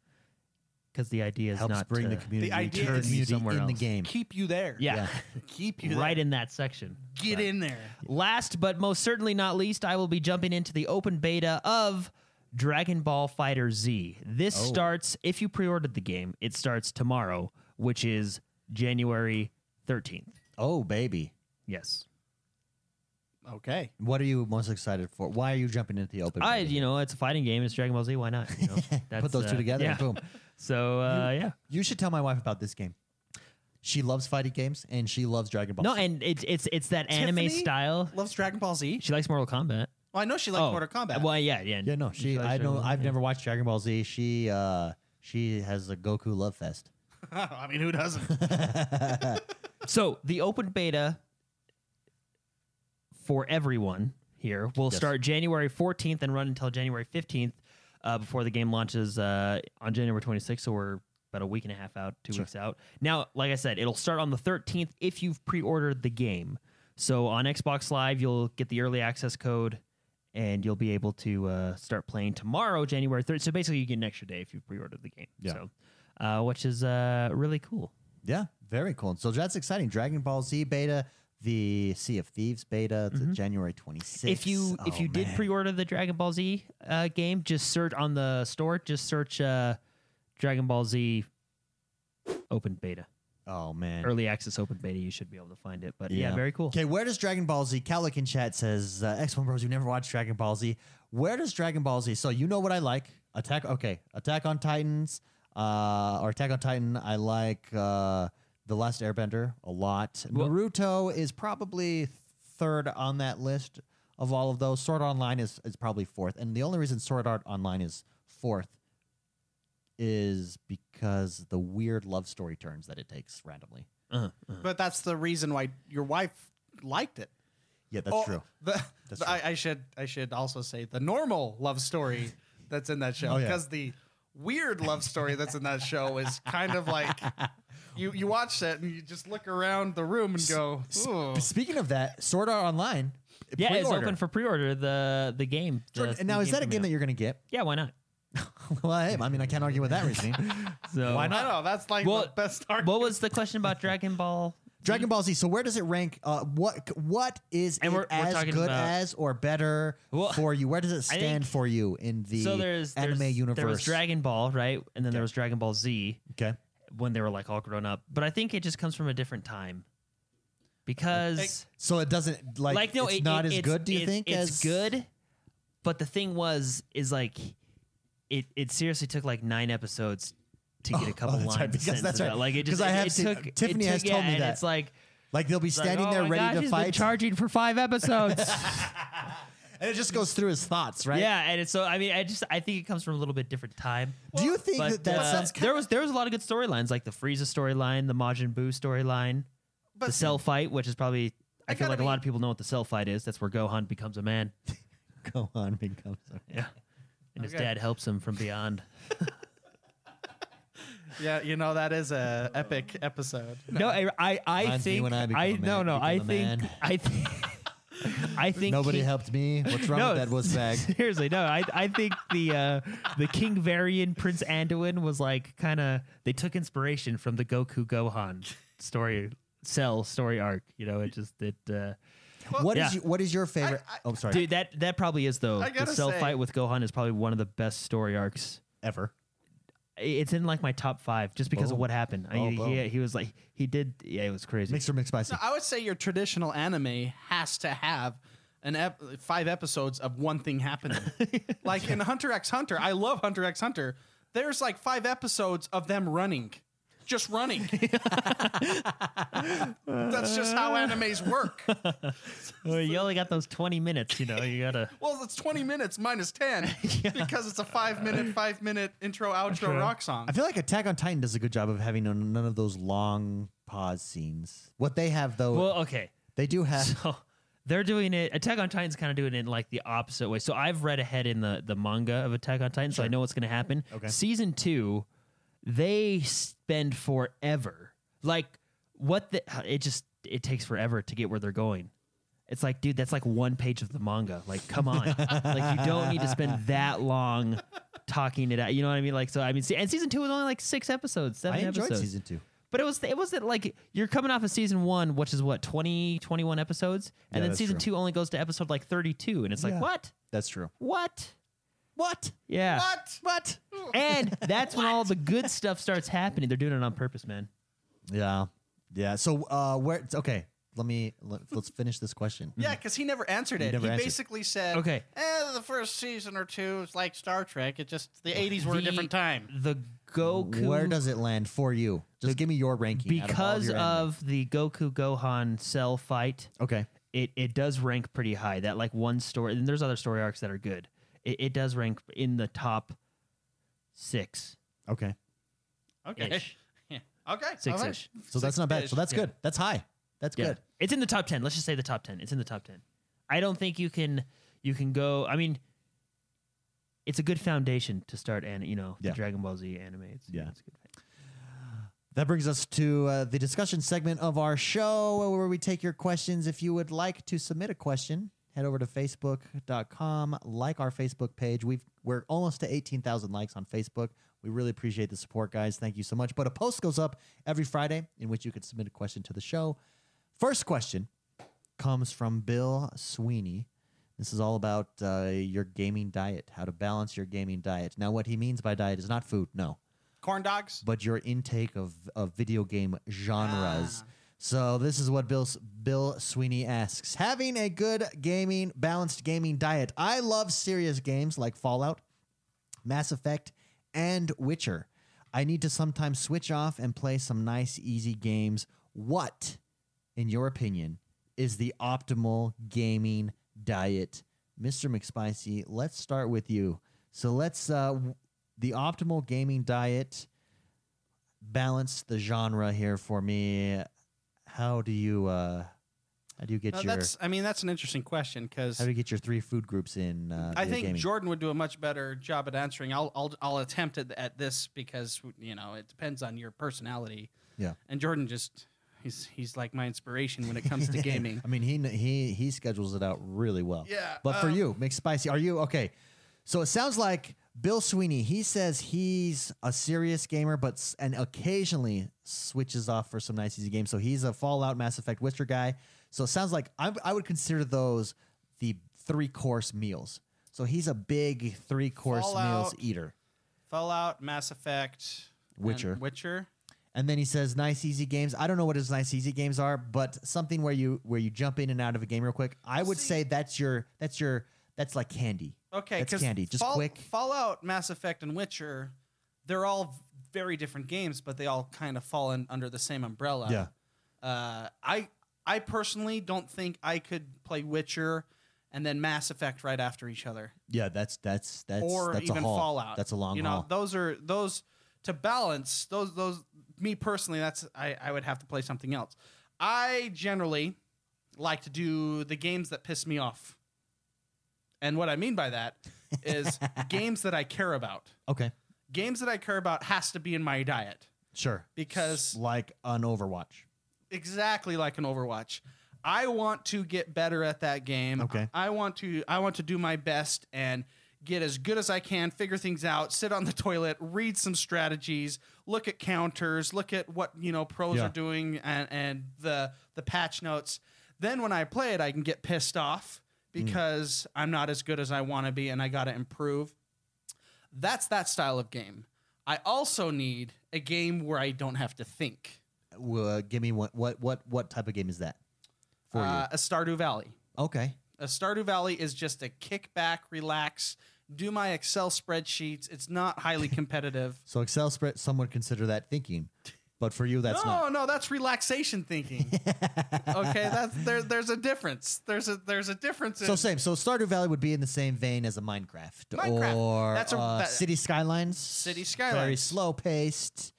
because the idea is helps not bring to the community, The idea turn is- community somewhere in the else. game. Keep you there. yeah, [laughs] Keep you [laughs] right there. in that section. Get in there. Last but most certainly not least, I will be jumping into the open beta of Dragon Ball Fighter Z. This Oh. starts if you pre-ordered the game. It starts tomorrow, which is January thirteenth. Oh baby, Yes, Okay. what are you most excited for? Why are you jumping into the open? I beta? you know it's a fighting game. It's Dragon Ball Z. Why not? [laughs] [laughs] You know, put those two uh, together, Yeah. and boom. So uh, yeah, [laughs] You should tell my wife about this game. She loves fighting games and she loves Dragon Ball. no, Z. and it's it's it's that Tiffany anime style. Loves Dragon Ball Z. She likes Mortal Kombat. Well, I know she likes Oh, Mortal Kombat. Well, yeah, yeah, yeah, no, she. likes I know. Dragon Ball, I've yeah. never watched Dragon Ball Z. She. uh she has a Goku love fest. [laughs] [laughs] I mean, who doesn't? [laughs] So the open beta for everyone here will Yes. start January 14th and run until January 15th uh, before the game launches uh, on January 26th. So we're about a week and a half out, two weeks out. Now, like I said, it'll start on the 13th if you've pre ordered the game. So on Xbox Live, you'll get the early access code and you'll be able to uh, start playing tomorrow, January 3rd. So basically, you get an extra day if you pre ordered the game. Yeah. So, uh, which is uh, really cool. Yeah, very cool. So that's exciting. Dragon Ball Z beta, the Sea of Thieves beta, the January 26th. Mm-hmm. if you if Oh, you did man. pre-order the Dragon Ball Z uh, game, just search on the store. Just search uh, Dragon Ball Z open beta, oh man, early access open beta. You should be able to find it. But yeah, Yeah. very cool. Okay, where does Dragon Ball Z? Cowlick in chat says, uh, X1 Bros, you never watched Dragon Ball Z. Where does Dragon Ball Z? So you know what I like? Attack, okay. Attack on Titans, uh, or Attack on Titan, I like uh, The Last Airbender a lot. Well- Naruto is probably third on that list of all of those. Sword Art Online is, is probably fourth. And the only reason Sword Art Online is fourth is because the weird love story turns that it takes randomly. Uh, uh. but that's the reason why your wife liked it. Yeah, that's Oh, true. The, That's the- I, I should I should also say the normal love story that's in that show Oh, yeah. because the weird love story that's in that show is kind [laughs] of like you you watch that and you just look around the room and go "Ooh." But Oh. Speaking of that, Sword Art Online. Yeah, it's pre-order. open for pre-order. The the game. Sure, the- and now the is that a coming game that out. you're going to get? [laughs] Yeah, why not? well, hey, I mean, I can't argue with that [laughs] reasoning. So Why I not? don't know that's like Well, the best art. What was the question about Dragon Ball? Dragon Ball Z. So where does it rank? Uh, what what is And it we're- we're as talking good about- as or better Well, for you? Where does it [laughs] I stand think- for you in the so there's, there's anime universe? There was Dragon Ball, right? And then there was Dragon Ball Z. okay, when they were like all grown up. But I think it just comes from a different time because so it doesn't like, like, no, it's it- not it- as it's- good. Do you it- think it's as good? But the thing was is like it it seriously took like nine episodes to get a couple Oh, that's lines. right, of because that's sentences right, out. Like it 'cause just I it- have it seen- uh, took, it Tiffany took- has told yeah, me and that. It's like Like they'll be it's like, standing oh there my ready gosh, to he's been fight, charging for [laughs] five episodes. and it just goes through his thoughts, right? Yeah, and it's so I mean, I just I think it comes from a little bit different time. Do you think But that that's uh, sounds there was there was a lot of good storylines like the Frieza storyline, the Majin Buu storyline, the But- Cell fight, which is probably I, I feel gotta like a lot be- of people know what the Cell fight is. That's where Gohan becomes a man. [laughs] go on? Becomes Yeah, and his Okay. dad helps him from beyond. yeah, you know that is a epic episode. No, I I, I Reminds me think- when I become I- a man, no, no, I become a think- man. [laughs] I think I think nobody helped me. What's wrong with that was bag? [laughs] Seriously, no. I I think the uh, the King Varian Prince Anduin was like kind of they took inspiration from the Goku Gohan story cell story arc. You know, it just it. Uh, What is Yeah. you- what is your favorite? I- oh, sorry, dude, that that probably is though. I The gotta cell say- fight with Gohan is probably one of the best story arcs. ever. I- It's in like my top five just because Boom. of what happened. I, Oh, he, boom. he was like he did. Yeah, it was crazy. Mixer mixed spicy. No, I would say your traditional anime has to have an ep- five episodes of one thing [laughs] happening. like in Hunter x Hunter, I love Hunter x Hunter. There's like five episodes of them running, [laughs] just running. That's just how animes work. Well, you only got those twenty minutes. You know, [laughs] you gotta. Well, it's 20 minutes minus 10 because it's a five minute, five minute intro, outro rock song. I feel like Attack on Titan does a good job of having none none of those long pause scenes. What they have though, Well, okay. they do have. [laughs] So they're doing it. Attack on Titan's kind of doing it in like the opposite way. So I've read ahead in the the manga of Attack on Titan, so I know what's going to happen. Okay. Season two, they spend forever. Like what the it just it takes forever to get where they're going. It's like, dude, that's like one page of the manga. Like, come on. like, you don't need to spend that long talking it out. You know what I mean? Like, so I mean, see, and season two was only like six episodes, I seven enjoyed episodes. season two. But it was it wasn't like you're coming off of season one, which is what 20, 21 episodes, and Yeah, then that's season true. two only goes to episode like thirty two, and it's Yeah. like what, That's true. what, What? yeah, What? What? [laughs] and that's when all the good stuff starts happening. They're doing it on purpose, man. Yeah, yeah. So uh, where? it's- Okay, let me let, us finish this question. Yeah, because he never answered He it. He, never answered. basically said, Okay. eh, the first season or two is like Star Trek. It just the '80s were a The- different time." The Goku Where does it land for you? Just give me your ranking out of all because your of, anime. the Goku Gohan Cell fight, okay. it it does rank pretty high. That like one story, and there's other story arcs that are good. It, it does rank in the top six. Okay. Okay. Ish. [laughs] Yeah. Okay. Six all right. ish. So that's not bad. Six-ish. So that's Yeah. good. That's high. That's Yeah. good. It's in the top ten. Let's just say the top ten. It's in the top ten. I don't think you can you can go. I mean, it's a good foundation to start and you know Yeah. the Dragon Ball Z anime. It's, Yeah. it's good. That brings us to uh, the discussion segment of our show where we take your questions. If you would like to submit a question, head over to facebook.com, like our Facebook page. We've, we're almost to 18,000 likes on Facebook. We really appreciate the support, guys. Thank you so much. But a post goes up every Friday in which you can submit a question to the show. First question comes from Bill Sweeney. This is all about uh, your gaming diet, how to balance your gaming diet. Now, what he means by diet is not food, no Corn dogs. but your intake of, of video game genres. So this is what Bill S- Bill Sweeney asks: Having a good gaming balanced gaming diet. I love serious games like Fallout, Mass Effect, and Witcher. I need to sometimes switch off and play some nice easy games. What, in your opinion, is the optimal gaming diet, Mister McSpicy? Let's start with you. So let's uh, w- the optimal gaming diet balance the genre here for me. How do you uh how do you get No, your that's. I mean, that's an interesting question because how do you get your three food groups in uh, I video think gaming? Jordan would do a much better job at answering. I'll I'll, I'll attempt at, at this because you know it depends on your personality. Yeah. And Jordan just he's he's like my inspiration when it [laughs] comes to gaming. I mean he kn- he he schedules it out really well. Yeah, But for um, you, McSpicy, are you okay? So it sounds like Bill Sweeney, he says he's a serious gamer, but s- and occasionally switches off for some nice easy games. So he's a Fallout, Mass Effect, Witcher guy. So it sounds like I, I would consider those the three course meals. So he's a big three course meals Fallout. eater. Fallout, Mass Effect, and Witcher. Witcher. And then he says nice easy games. I don't know what his nice easy games are, but something where you where you jump in and out of a game real quick. I would See- say that's your that's your that's like candy. Okay, That's 'cause candy, just quick. Fallout, Mass Effect, and Witcher, they're all v- very different games, but they all kind of fall in, under the same umbrella. Uh, I I personally don't think I could play Witcher and then Mass Effect right after each other, Yeah, that's that's that's or that's even a haul. Fallout. That's a long You know, haul. those are those to balance those those. Me personally, that's I I would have to play something else. I generally like to do the games that piss me off, and what I mean by that [laughs] is games that I care about. okay, Games that I care about has to be in my diet sure. because like on Overwatch. exactly like an Overwatch. I want to get better at that game. Okay. I want to I want to do my best and get as good as I can, figure things out, sit on the toilet, read some strategies, look at counters, look at what, you know, pros Yeah. are doing and and the the patch notes. Then when I play it, I can get pissed off Mm. because I'm not as good as I want to be and I got to improve. That's that style of game. I also need a game where I don't have to think. Uh, give me what what what what type of game is that for Uh, a Stardew Valley. you? Okay, A Stardew Valley is just a kick back, relax, do my Excel spreadsheets. It's [laughs] not highly competitive. so Excel spread. Some would consider that thinking, but for you, that's no, not. no, that's [laughs] relaxation thinking. okay, that's there. There's a difference. There's a there's a difference. In, So same. So Stardew Valley would be in the same vein as a Minecraft, Minecraft. or That's a- uh, that- City Skylines. City Very Skylines. slow paced.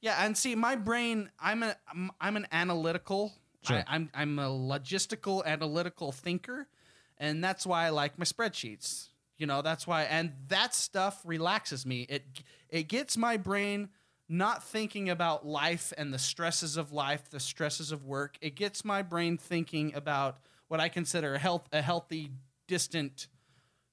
yeah, and see, my brain, I'm a I'm, I'm an analytical. Sure. I, I'm I'm a logistical analytical thinker, and that's why I like my spreadsheets. You know, that's why, and that stuff relaxes me. It it gets my brain not thinking about life and the stresses of life, the stresses of work. It gets my brain thinking about what I consider a health a healthy distant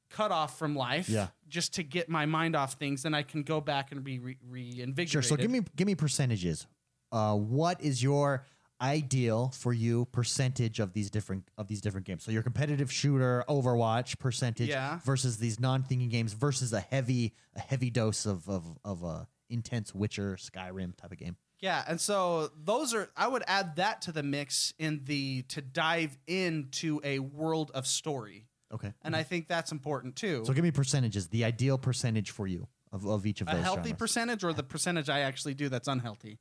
cutoff from life. Yeah. Just to get my mind off things, then I can go back and be re- reinvigorated. Sure. So give me give me percentages. Uh, what is your ideal for you percentage of these different of these different games? So your competitive shooter Overwatch percentage Yeah. versus these non-thinking games versus a heavy a heavy dose of of of a intense Witcher Skyrim type of game. Yeah, and so those are I would add that to the mix in the to dive into a world of story. Okay. And I think that's important too. so give me percentages. The ideal percentage for you of, of each of a those. healthy genres. percentage or the percentage I actually do that's unhealthy.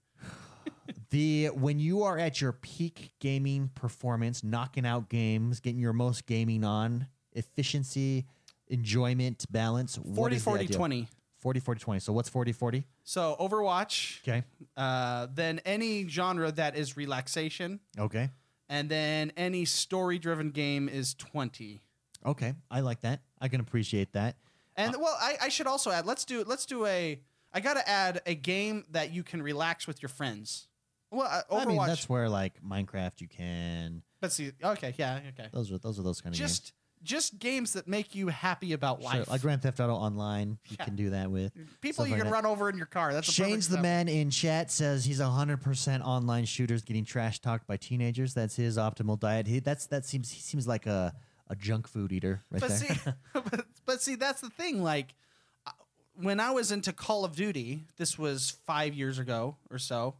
the when you are at your peak gaming performance, knocking out games, getting your most gaming on, efficiency, enjoyment, balance. 40 40 40 20. 40 40 20. So what's 40 40? So Overwatch, Okay. uh, then any genre that is relaxation, Okay. and then any story driven game is 20. Okay. I like that. I can appreciate that. And well, I, I should also add. Let's do let's do a. I gotta add a game that you can relax with your friends. Well, uh, Overwatch. I mean, that's where like Minecraft you can. but see, okay, yeah, okay. Those are those are those kind of games. Just just games that make you happy about Sure, life. like Grand Theft Auto Online, you Yeah. can do that with. People stuff you like can that. run over in your car. That's a perfect Shane's the example. man in chat says he's 100% online shooters getting trash talked by teenagers. That's his optimal diet. He, that's that seems he seems like a, a junk food eater right but there. see, [laughs] but, but see, that's the thing. Like I- when I was into Call of Duty, this was five years ago or so.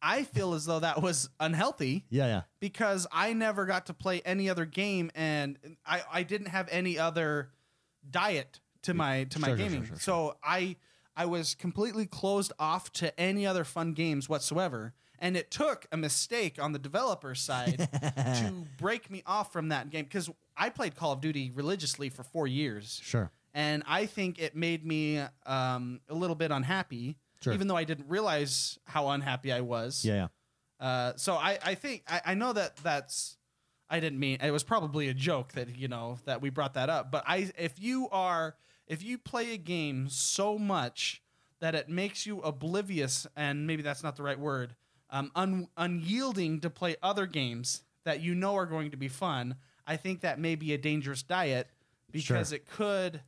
I feel as though that was unhealthy yeah, yeah. because I never got to play any other game, and I, I didn't have any other diet to my to my Sure, sure, gaming. sure, sure, So I I was completely closed off to any other fun games whatsoever. And it took a mistake on the developer side [laughs] [laughs] to break me off from that game because I played Call of Duty religiously for four years, Sure. and I think it made me um, a little bit unhappy, Sure. even though I didn't realize how unhappy I was. Yeah, yeah. Uh, so I, I think I, I know that that's I didn't mean it was probably a joke that you know that we brought that up. But I if you are if you play a game so much that it makes you oblivious and maybe that's not the right word um, un, unyielding to play other games that you know are going to be fun. I think that may be a dangerous diet because Sure. it could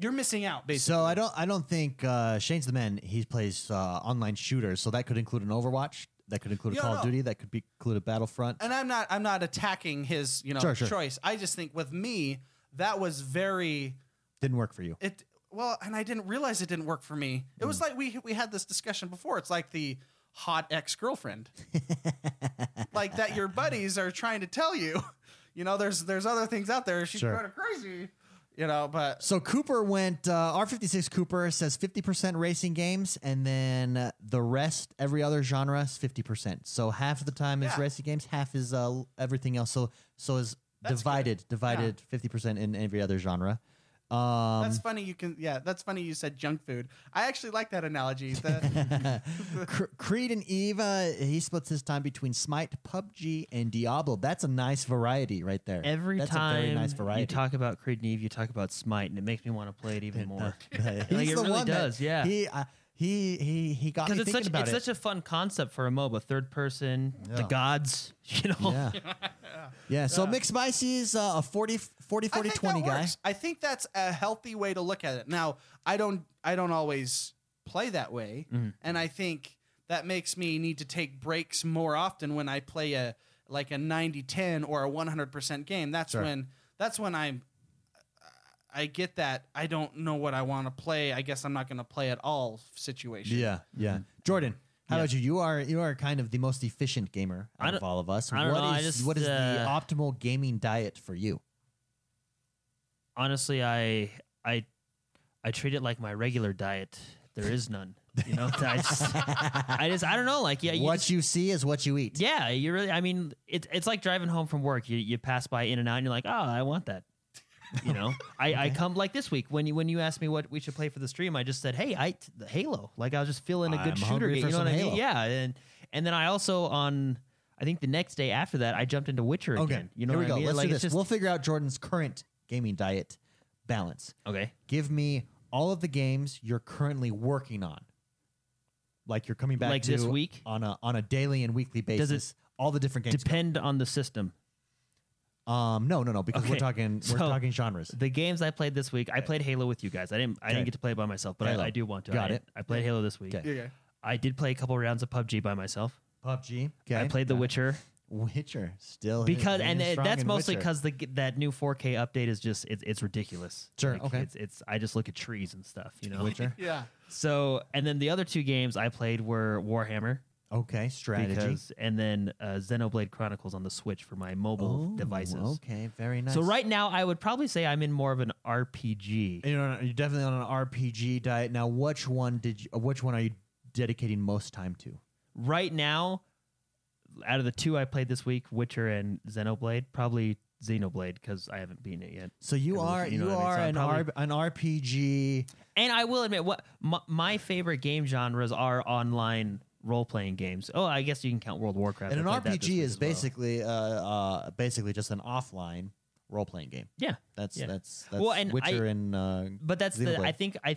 you're missing out basically. So I don't I don't think uh, Shane's the man. He plays uh, online shooters, so that could include an Overwatch, that could include a Yeah, Call of no. Duty, that could be, include a Battlefront. and I'm not I'm not attacking his you know Sure, sure. choice. I just think with me that was very Didn't work for you. it well and i didn't realize it didn't work for me it was like we we had this discussion before it's like the hot ex-girlfriend like that your buddies are trying to tell you [laughs] you know there's there's other things out there she's Sure. kind of crazy you know but So Cooper went uh, R56 Cooper says 50% racing games and then uh, the rest every other genre is 50%. So half of the time is Yeah. racing games, half is uh, l- everything else. So so is That's good. divided divided 50% in every other genre. Um [laughs] that's funny you can yeah that's funny you said junk food i actually like that analogy the, Cre- Creed and Eva, he splits his time between Smite, PUBG, and Diablo. That's a nice variety right there. Every That's time a very nice variety. you [laughs] talk about Creed and Eve, you talk about Smite, and it makes me want to play it even more. [laughs] He's Like, it the really one that- does, yeah. He uh, he he he got me Because it's thinking such about it's it. such a fun concept for a MOBA, third person, the Yeah. gods, [laughs] you know. Yeah. yeah. So Mick Spicy's uh, a 40, 40, I 40 think 20 that guy. works. i think that's a healthy way to look at it now i don't i don't always play that way Mm-hmm. and i think that makes me need to take breaks more often when i play a like a 90-10 or a 100% game that's Sure. when that's when i'm i get that i don't know what i want to play i guess i'm not going to play at all situation Yeah. Yeah. Jordan, how Yeah. about you? You are you are kind of the most efficient gamer out I don't- of all of us. I don't know, I What is- just, what is the uh, optimal gaming diet for [laughs] you? Honestly, I I I treat it like my regular diet. There is none. You know, [laughs] I just I just I don't know. Like yeah, you [laughs] what just- you see is what you eat. yeah, you really. I mean, it's it's like driving home from work. You you pass by In and Out, and you're like, oh, I want that. [laughs] You know, I, I come like this week when you when you asked me what we should play for the stream, I just said, hey, I t- the Halo. Like I was just feeling a good I'm shooter hungry game. for You know what some I mean? Halo. Yeah, and and then I also on I think the next day after that, I jumped into Witcher Okay. again. You know Here what we go. I mean? Let's like do it's this. just we'll figure out Jordan's current gaming diet balance. okay. Give me all of the games you're currently working on. Like you're coming back Like to this week? on a on a daily and weekly basis. it all the different games. Depend on the system. Um, no, no, no, because we're Okay, talking we're so- talking genres. The games I played this week, I played Halo with you guys. I didn't. I Okay. didn't get to play it by myself, but Halo. I, I do want to. Got I, it. I played Halo this week. Okay. Okay. I did play a couple rounds of PUBG by myself. PUBG. Okay. I played The Got it. Witcher Witcher still because, and hanging it, strong that's in mostly Witcher. because the g- that new 4K update is just it's it's ridiculous. Sure, okay. It's, it's I just look at trees and stuff, you know. Witcher. Yeah. So, and then the other two games I played were Warhammer Okay, strategy. because, and then uh, Xenoblade Chronicles on the Switch for my mobile Oh, devices. Okay, very nice. So right now, I would probably say I'm in more of an RPG. you're, on, you're definitely on an RPG diet now. Which one did you, uh, which one are you dedicating most time to? right now, out of the two I played this week, Witcher and Xenoblade, probably Xenoblade because I haven't beaten it yet. So you Kinda are looking- you you, know what I are mean? So I'm an, probably- R- an RPG. And I will admit, what my, my favorite game genres are online role playing games. Oh, I guess you can count World of Warcraft. And an I played that this RPG week is as well. basically uh, uh, basically just an offline role playing game. yeah. That's Yeah. that's that's Well, and Witcher I- and uh, But that's the Xenoblade. I think I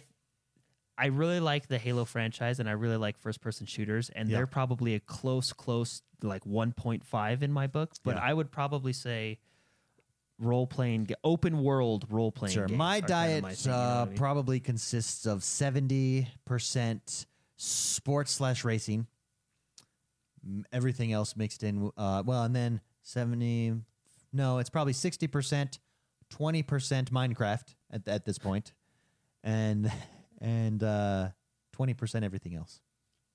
I really like the Halo franchise and I really like first person shooters and Yeah. they're probably a close close like 1.5 in my book, but Yeah. I would probably say role playing open world role playing sure. games My are kinda diet my thing, you know what uh, I mean? probably consists of seventy percent sports slash racing, M- everything else mixed in. Uh, well, and then seventy. No, it's probably sixty percent, twenty percent Minecraft at at this point, and and uh twenty percent everything else.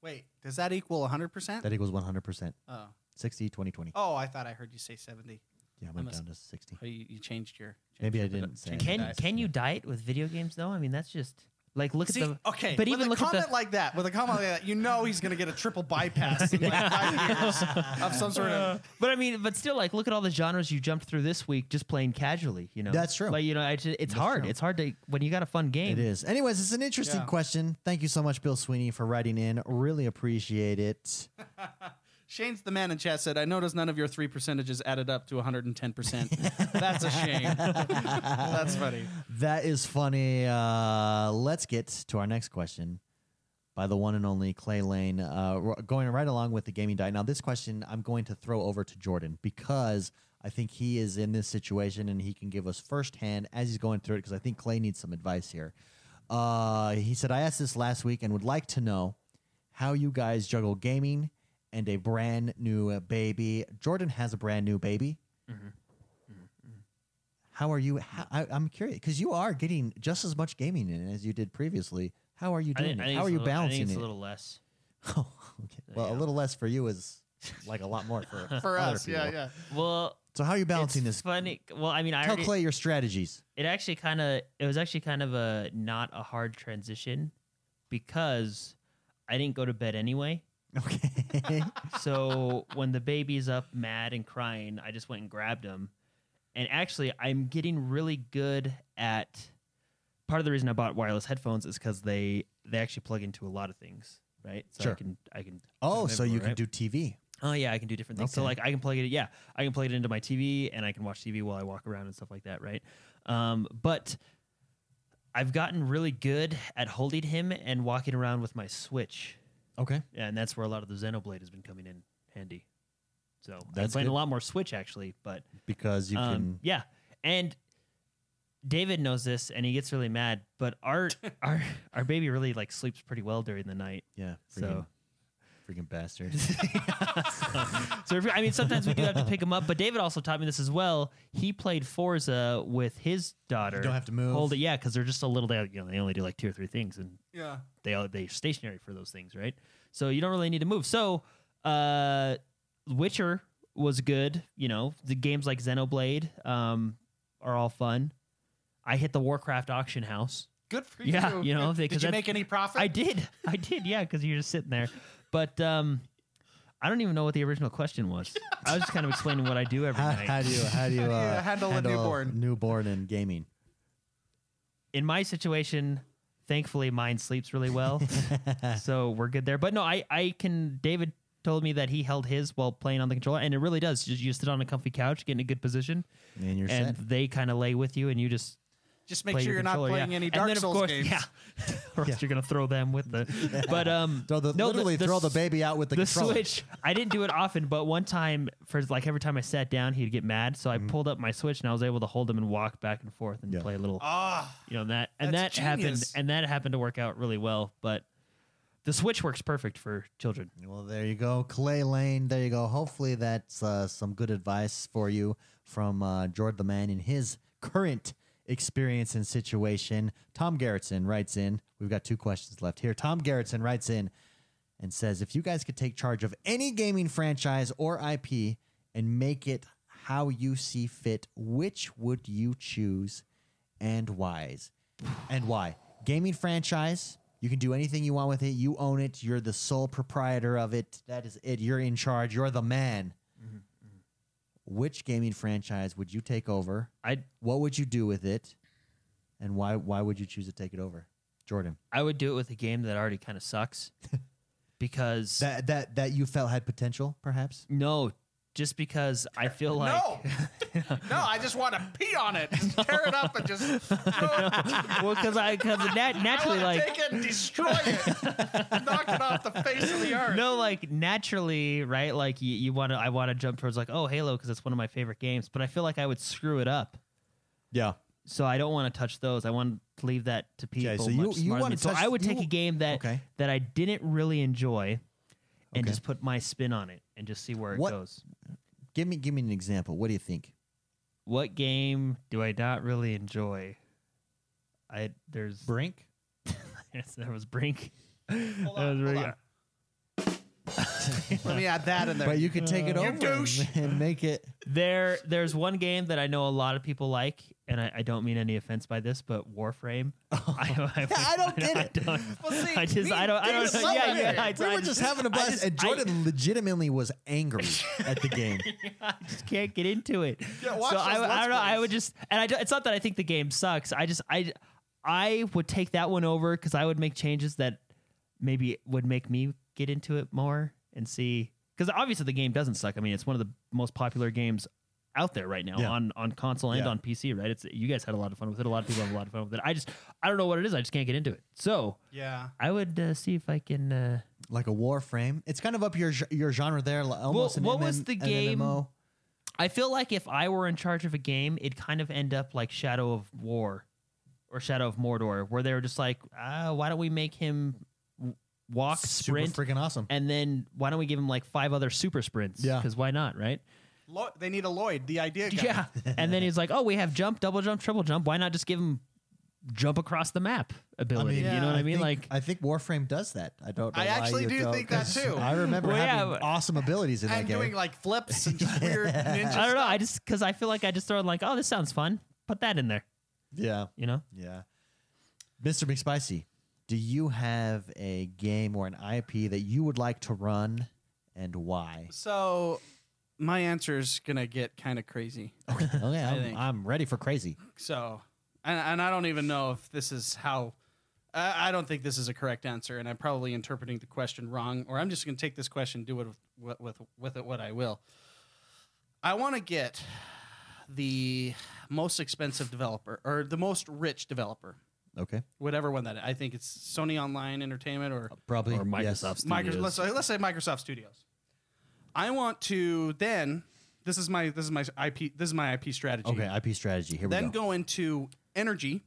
Wait, does that equal 100%? That equals one hundred percent. oh. 60, 20, 20. Oh, I thought I heard you say 70. Yeah, I went must- down to sixty. Oh, you, you changed your. changed Maybe your I produ- didn't say changed your anything. Can diet. can you diet with video games though? I mean, that's just like look See, at the okay, but with even a look at the- comment like that, with a comment like that, you know he's going to get a triple bypass in [laughs] like [laughs] five years of some sort of. But I mean, but still, like, look at all the genres you jumped through this week just playing casually. You know, That's true. Like, you know, I ju- it's That's hard. true. It's hard to when you got a fun game. It is. Anyways, it's an interesting Yeah. question. Thank you so much, Bill Sweeney, for writing in. Really appreciate it. Shane's the man in chat said, I noticed none of your three percentages added up to 110%. [laughs] That's a [laughs] shame. That's funny. That is funny. Uh, let's get to our next question by the one and only Clay Lane. Uh, r- going right along with the gaming diet. Now, this question I'm going to throw over to Jordan because I think he is in this situation and he can give us firsthand as he's going through it because I think Clay needs some advice here. Uh, he said, I asked this last week and would like to know how you guys juggle gaming and a brand new uh, baby. Jordan has a brand new baby. Mm-hmm. How are you? How, I, I'm curious because you are getting just as much gaming in as you did previously. How are you I think- doing I it? think How it's are a you little- I think balancing it's it? a little less. [laughs] Oh, okay. Well, a Yeah. little less for you [laughs] is like a lot more for For other us, yeah, people. yeah. Well, So how are you balancing it's this? Funny. Well, I mean, I Tell already, Clay your strategies. [laughs] it actually kind of it was actually kind of a not a hard transition because I didn't go to bed anyway. [laughs] Okay. so when the baby's up mad and crying, I just went and grabbed him. And actually, I'm getting really good at. Part of the reason I bought wireless headphones is because they they actually plug into a lot of things, right? So Sure. I can I can. oh, so you Right. can do TV. Oh yeah, I can do different things. So Okay. like I can plug it. Yeah, I can plug it into my TV and I can watch TV while I walk around and stuff like that, right? Um, but I've gotten really good at holding him and walking around with my Switch. Okay. Yeah, and that's where a lot of the Xenoblade has been coming in handy. So I'm That's playing good. a lot more Switch actually, but Because you um, can. yeah. And David knows this, and he gets really mad. But [laughs] our our our baby really like sleeps pretty well during the night. Yeah. Freaking, So freaking [laughs] bastard. so if, I mean, sometimes we do have to pick him up. But David also taught me this as well. He played Forza with his daughter. You don't have to move. hold it, yeah, because they're just a little. They you know they only do like two or three things, and Yeah. they are they're stationary for those things, right? So you don't really need to move. So uh Witcher was good, you know, the games like Xenoblade um are all fun. I hit the Warcraft auction house. Good for Yeah, you. you know, did because you that's- make any profit? I did. I did, yeah, because you're just sitting there. But um I don't even know what the original question was. I was just kind of explaining what I do every How, night. how do you how do [laughs] you, How do you uh, handle a newborn? newborn and gaming? [laughs] in my situation, thankfully mine sleeps [laughs] really well. so we're good there. But no, I, I can David told me that he held his while playing on the controller and it really does. Just you sit on a comfy couch, get in a good position, And you're and set. they kind of lay with you and you just Just make play sure your you're not controller, yeah. playing any And Dark then, of Souls course- games. Yeah. [laughs] or else you're gonna throw them with the. [laughs] But um, Throw the, no, literally throw the s- baby out with the, the controller. switch i didn't do it often but one time for like every time i sat down he'd get mad so i pulled up my switch and i was able to hold him and walk back and forth and Mm-hmm. Yeah. play a little Ah, you know that and that That's happened genius. and that happened to work out really well but the switch works perfect for children Well, there you go, Clay Lane. There you go. Hopefully, that's uh, some good advice for you from uh, Jordan the man in his current experience and situation. Tom Gerritsen writes in. We've got two questions left here. Tom Gerritsen writes in and says, "If you guys could take charge of any gaming franchise or IP and make it how you see fit, which would you choose, and why's?" and why. Gaming franchise, you can do anything you want with it. You own it. You're the sole proprietor of it. That is it. You're in charge. You're the man. Which gaming franchise would you take over? i What would you do with it? And why why would you choose to take it over? Jordan. i would do it with a game that already kind [laughs] of sucks because That that that you felt had potential, perhaps? no just because i feel like [laughs] no, [laughs] no! I just want to pee on it, just tear it up, and [laughs] just throw it. well because i because nat- [laughs] naturally I wanna like take it and destroy it, knock it off the face [laughs] of the earth. no, like naturally, right? Like you, you want to, I want to jump towards like, oh, Halo, because it's one of my favorite games. But I feel like I would screw it up, Yeah. so I don't want to touch those. I want to leave that to people. Okay, so much you- you smarter than wanna me. So touch- I would you- take a game that okay. that I didn't really enjoy, and Okay. just put my spin on it and just see where it What- goes. Give me give me an example. What do you think? What game do I not really enjoy? I there's [laughs] Brink? there was Brink. Hold on, That was hold really- on. [laughs] Let me add that in there. But you could take it You over douche. [laughs] and make [laughs] it There, there's one game that I know a lot of people like, and I, I don't mean any offense by this, but [laughs] Warframe. I, I, Oh. I don't get [laughs] I it. don't- Well, see, I just, me I don't, I and David don't. know. Yeah, Love yeah. here. I, we [laughs] I were just having a blast, just- and I- Jordan legitimately was angry at the game. [laughs] I just can't get into it. Yeah, watch so those I, I don't Let's know. I Plays. would just, and I don't, it's not that I think the game sucks. I just, I, I would take that one over because I would make changes that maybe would make me get into it more and see. Because obviously the game doesn't suck. I mean, it's one of the most popular games out there right now Yeah. on on console and Yeah. on PC. Right? It's you guys had a lot of fun with it. A lot of people have a lot of fun with it. I just, I don't know what it is. I just can't get into it. So yeah. I would uh, see if I can. Uh, like a warframe. It's kind of up your your genre there. li- Almost an what MM was the an game- MMO. I feel like if I were in charge of a game, it'd kind of end up like Shadow of War or Shadow of Mordor, where they were just like, ah, why don't we make him w- walk, Super sprint, freaking awesome. and then why don't we give him like five other super sprints? Yeah. Because why not, right? Lo- they need a Lloyd, the idea guy. Yeah. and then he's like, oh, we have jump, double jump, triple jump. Why not just give him jump across the map ability? you yeah, know what I, I mean? think, like, I think Warframe does that. I don't. Know I why actually you do don't, [laughs] think that 'cause too. I remember Well, yeah, having but- awesome abilities in And that game. doing like flips and just weird ninja I don't know. stuff. I just, because I feel like I just throw in like, oh, this sounds fun. Put that in there, yeah, you know? yeah. Mr. McSpicy, do you have a game or an IP that you would like to run, and [laughs] why? So my answer is gonna get kind of crazy. okay, I'm, think. I'm ready for crazy. So, and, and I don't even know if this is how. I, I don't think this is a correct answer, and I'm probably interpreting the question wrong, or I'm just gonna take this question, do it with with with it what I will. I want to get the most expensive developer or the most rich developer, Okay, whatever one that I think it's Sony Online Entertainment or probably Or yes. Microsoft Studios. Microsoft. Let's, say- let's say Microsoft Studios. I want to then. This is my this is my IP this is my IP strategy. Okay, IP strategy. Here Then we go. go into energy.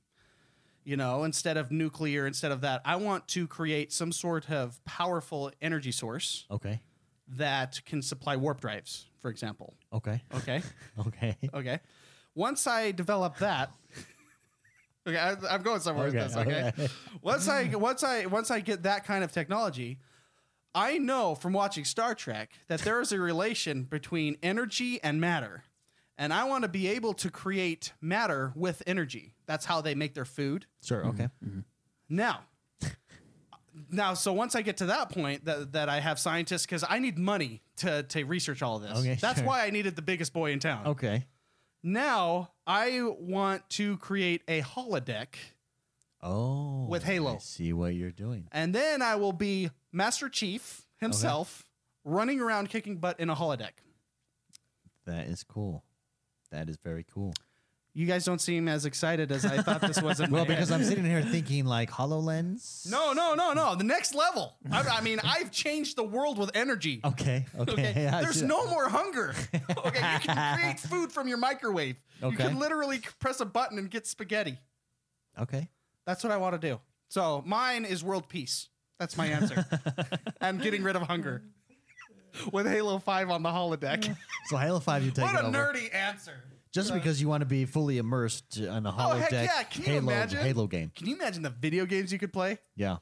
You know, instead of nuclear, instead of that, I want to create some sort of powerful energy source Okay, that can supply warp drives, for example. okay, [laughs] Okay. okay. Okay. Once I develop that, [laughs] okay, I, I'm going somewhere Okay, with this. Okay. okay. [laughs] Once I once I once I get that kind of technology, I know from watching Star Trek that there is a relation between energy and matter, and I want to be able to create matter with energy. That's how they make their food. Sure. Okay. Now, [laughs] now, so once I get to that point, that, that I have scientists because I need money to to research all of this. Okay, That's sure. why I needed the biggest boy in town. Okay. Now I want to create a holodeck, Oh. With Halo. I see what you're doing. and then I will be Master Chief himself running around kicking butt in a holodeck. [laughs] That is cool. That is very cool. You guys don't seem as excited as I thought this was. In [laughs] Well, my head. because I'm sitting here thinking like Hololens. No, no, no, no. The next level. I, I mean, I've changed the world with energy. Okay. [laughs] Okay. Okay. [laughs] I There's see- no [laughs] more hunger. Okay. You can create food from your microwave. You Okay. can literally c- press a button and get spaghetti. Okay. That's what I want to do. So mine is world peace. That's [laughs] my answer. I'm getting rid of hunger with Halo 5 on the holodeck. So Halo Five, you take what it a over nerdy answer. just because you want to be fully immersed on a Oh, holodeck heck yeah. Can you Halo imagine? Halo game. Can you imagine the video games you could play? Yeah.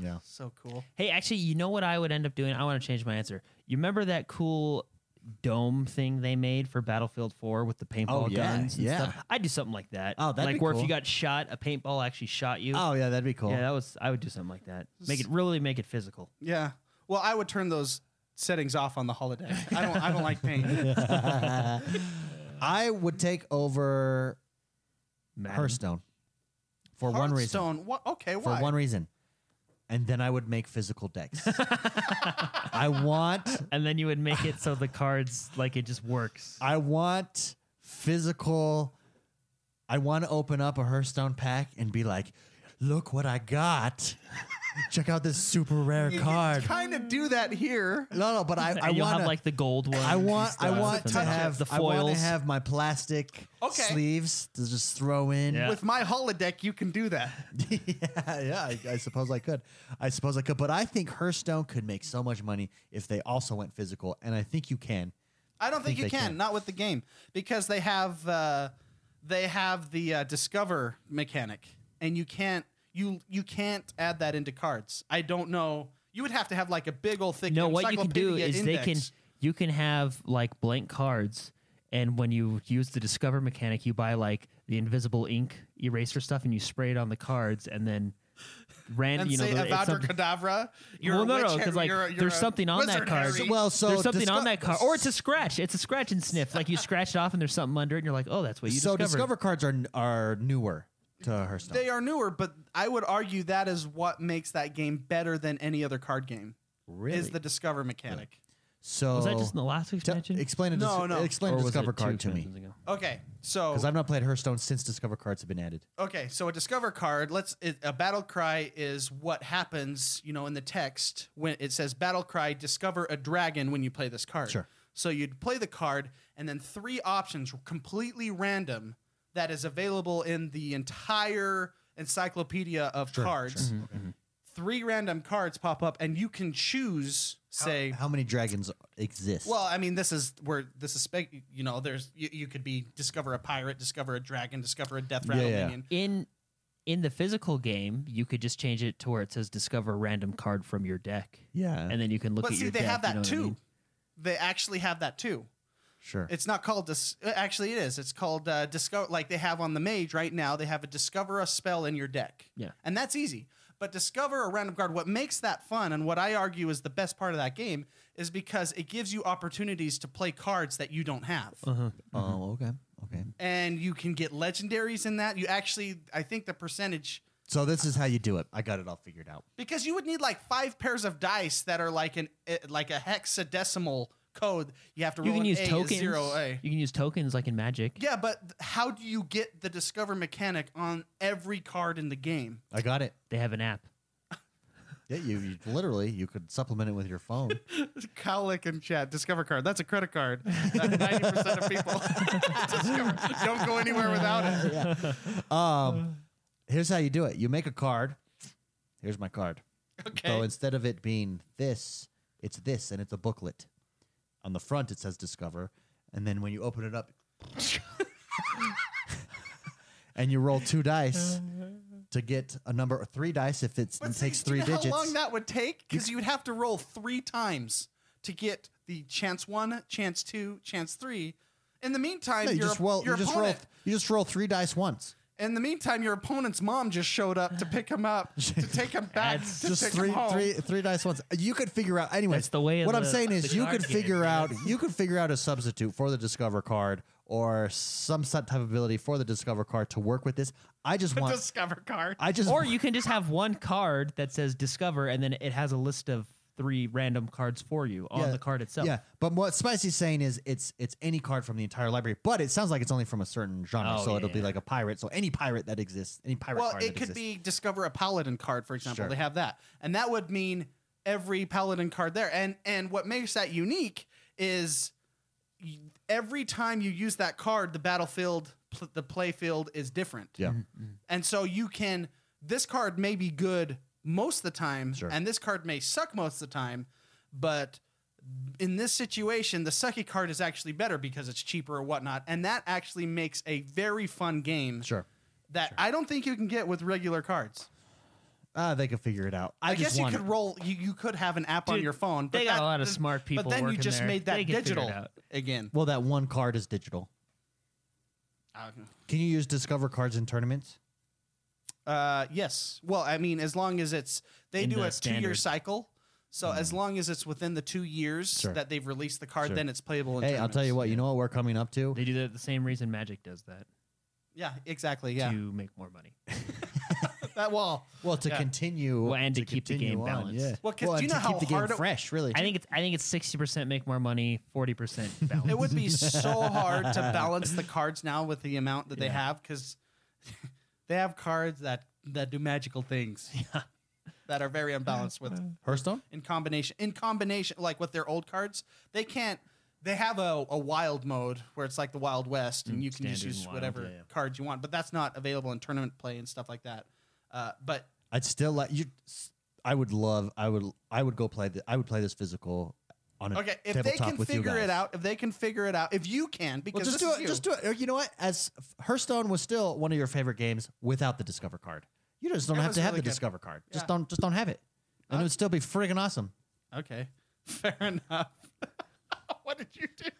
Yeah. So cool. Hey, actually, you know what I would end up doing? I want to change my answer. You remember that cool dome thing they made for Battlefield 4 with the paintball Oh, yeah, guns and yeah. stuff? I'd do something like that. Oh, that'd like be where if cool. you got shot, a paintball actually shot you. Oh yeah, that'd be cool. Yeah, that was I would do something like that. Make it really make it physical. Yeah. Well, I would turn those settings off on the holodeck. I don't. I don't like pain. [laughs] I would take over Madden. Hearthstone [laughs] for one reason. Hearthstone, What? Okay. For Why? one reason. And then I would make physical [laughs] decks. I want And then you would make it so the cards like it just works. [laughs] I want physical. I want to open up a Hearthstone pack and be like, look what I got. Check out this super rare [laughs] you card. kind of do that here. No, no, but [laughs] I, I and you'll want have like the gold one. I want I want to touch it. have the I want to foils. have my plastic Okay. sleeves to just throw in. Yeah. With my holodeck, you can do that. [laughs] yeah, yeah, I, I suppose I could. I suppose I could, but I think Hearthstone could make so much money if they also went physical, and I think you can. I don't Think think, you they can, can. Not with the game because they have uh, they have the uh, discover mechanic, and you can't you you can't add that into cards. I don't know. You would have to have like a big old thick. No, what you can do encyclopedia is they can index. you can have like blank cards, and when you use the discover mechanic, you buy like the invisible ink eraser stuff, and you spray it on the cards, and then and random. You know, say the- it's Avada something- Kedavra. You're well, a no, no, witch, because like you're a- you're there's a something on that wizard, card. Harry. Well, so there's something disco- on that card, or it's a scratch. It's a scratch and sniff. Like you scratch it off, and there's something under it, and you're like, oh, that's what you so discovered. discover cards are are newer to Hearthstone. They are newer, but I would argue that is what makes that game better than any other card game. really? Is the discover mechanic. so Was that just in the last Te- expansion? explain a dis- No, Oh. no. Oh. explain a Or was it discover two card to me expansions ago? Okay, so because I've not played Hearthstone since discover cards have been added. okay, so a discover card. Let's it, a battle cry is what happens, you know, in the text when it says battle cry. Discover a dragon when you play this card. Sure. So you'd play the card, and then three options, completely random, that is available in the entire encyclopedia of cards. Mm-hmm. Three random cards pop up, and you can choose. Say How many dragons exist? Well, I mean, this is where this is spec. You know, there's you, you could be discover a pirate, discover a dragon, discover a death Yeah, rattle yeah. minion. in in the physical game, you could just change it to where it says discover a random card from your deck. yeah, And then you can look But at see, your they deck, have you know that what I too. mean? They actually have that too. sure. It's not called dis. uh, Actually, it is. It's called uh, discover. Like they have on the mage right now. They have a discover a spell in your deck. Yeah. and that's easy. But discover a random card. What makes that fun and what I argue is the best part of that game is because it gives you opportunities to play cards that you don't have. Uh-huh. Oh, okay, okay. And you can get legendaries in that. You actually, I think the percentage So this is how you do it. I got it all figured out. because you would need like five pairs of dice that are like an eh, like a hexadecimal code. You have to You roll can an use A, a tokens. zero A. You can use tokens like in Magic. Yeah, but th- how do you get the discover mechanic on every card in the game? [laughs] I got it. They have an app. Yeah, you, you literally you could supplement it with your [laughs] phone. Cowlick and chat discover card. That's a credit card. [laughs] Ninety percent of people discover. don't go anywhere without [laughs] it. Um, here's how you do it. You make a card. Here's my card. Okay. So instead of it being this, it's this, and it's a booklet. On the front, it says Discover, and then when you open it up, [laughs] and you roll two [laughs] dice to get a number, or three dice if it's, it see, takes [laughs] do three you know digits. How long that would take? Because you would have to roll three times to get the chance one, chance two, chance three. In the meantime, No, you your, just roll. your You just roll. opponent, You just roll three dice once. In the meantime, your opponent's mom just showed up to pick him up, [laughs] to take him back, That's to just take three, him home. three, three dice once. You could figure out anyway. That's the way of What I'm the- saying of is, the you card could game, figure you out know? you could figure out a substitute for the discover card or some set type of ability for the discover card to work with this. I just want. Discover card. I just Or you can just have one card that says discover and then it has a list of three random cards for you on Yeah. the card itself. Yeah, but what Spicy's saying is it's it's any card from the entire library, but it sounds like it's only from a certain genre, Oh, so it'll be yeah. like a pirate. So any pirate that exists, any pirate Well, card it that could exists. be discover a paladin card, for example. Sure. They have that, and that would mean every paladin card there. And and what makes that unique is y- every time you use that card, the battlefield, pl- the playfield is different. yeah. And so you can this card may be good most of the time Sure. and this card may suck most of the time, but in this situation, the sucky card is actually better because it's cheaper or whatnot. And that actually makes a very fun game Sure. that I don't think you can get with regular cards. Uh, they could figure it out. I, I, just guess you want could it. roll you, you could have an app on Dude, your phone. But they got that- a lot of th- smart people But then you working just there. made They that can figure it digital out. again. Well, that one card is digital. Can you use discover cards in tournaments? Uh, yes. Well, I mean, as long as it's they In do the a two-year standard. cycle, so as long as it's within the two years Mm-hmm. Sure. that they've released the card, Sure. then it's playable. In Hey, I'll tell you tournaments. what. You know what we're coming up to? They do that the same reason Magic does that Yeah, exactly. Yeah, to make more money. that wall. Well, to Yeah. continue Well, and to keep the continue game on, balanced. Yeah. Well, 'cause do you and to know how keep the game hard it- fresh, really. I too. think it's I think it's sixty percent make more money, forty percent [laughs] balance. It would be so hard to balance the cards now with the amount that they have because [laughs] they have cards that that do magical [laughs] things. Yeah. That are very unbalanced with Uh, Hearthstone. in combination in combination like with their old cards they can't they have a, a wild mode where it's like the wild west Mm, and you can just standard use wild, whatever yeah. cards you want but that's not available in tournament play and stuff like that uh, but I'd still like you. I would love. I would. I would go play. The, I would play this physical on a okay if they tabletop can with you figure guys. it out if they can figure it out if you can Well, because just this do is it. you. Just do it. Or You know what? As Hearthstone was still one of your favorite games without the Discover card. You just don't It have was to have really the good. Discover card. Just Yeah. don't. Just don't have it, and it would still be friggin' awesome. [laughs] okay fair enough [laughs] what did you do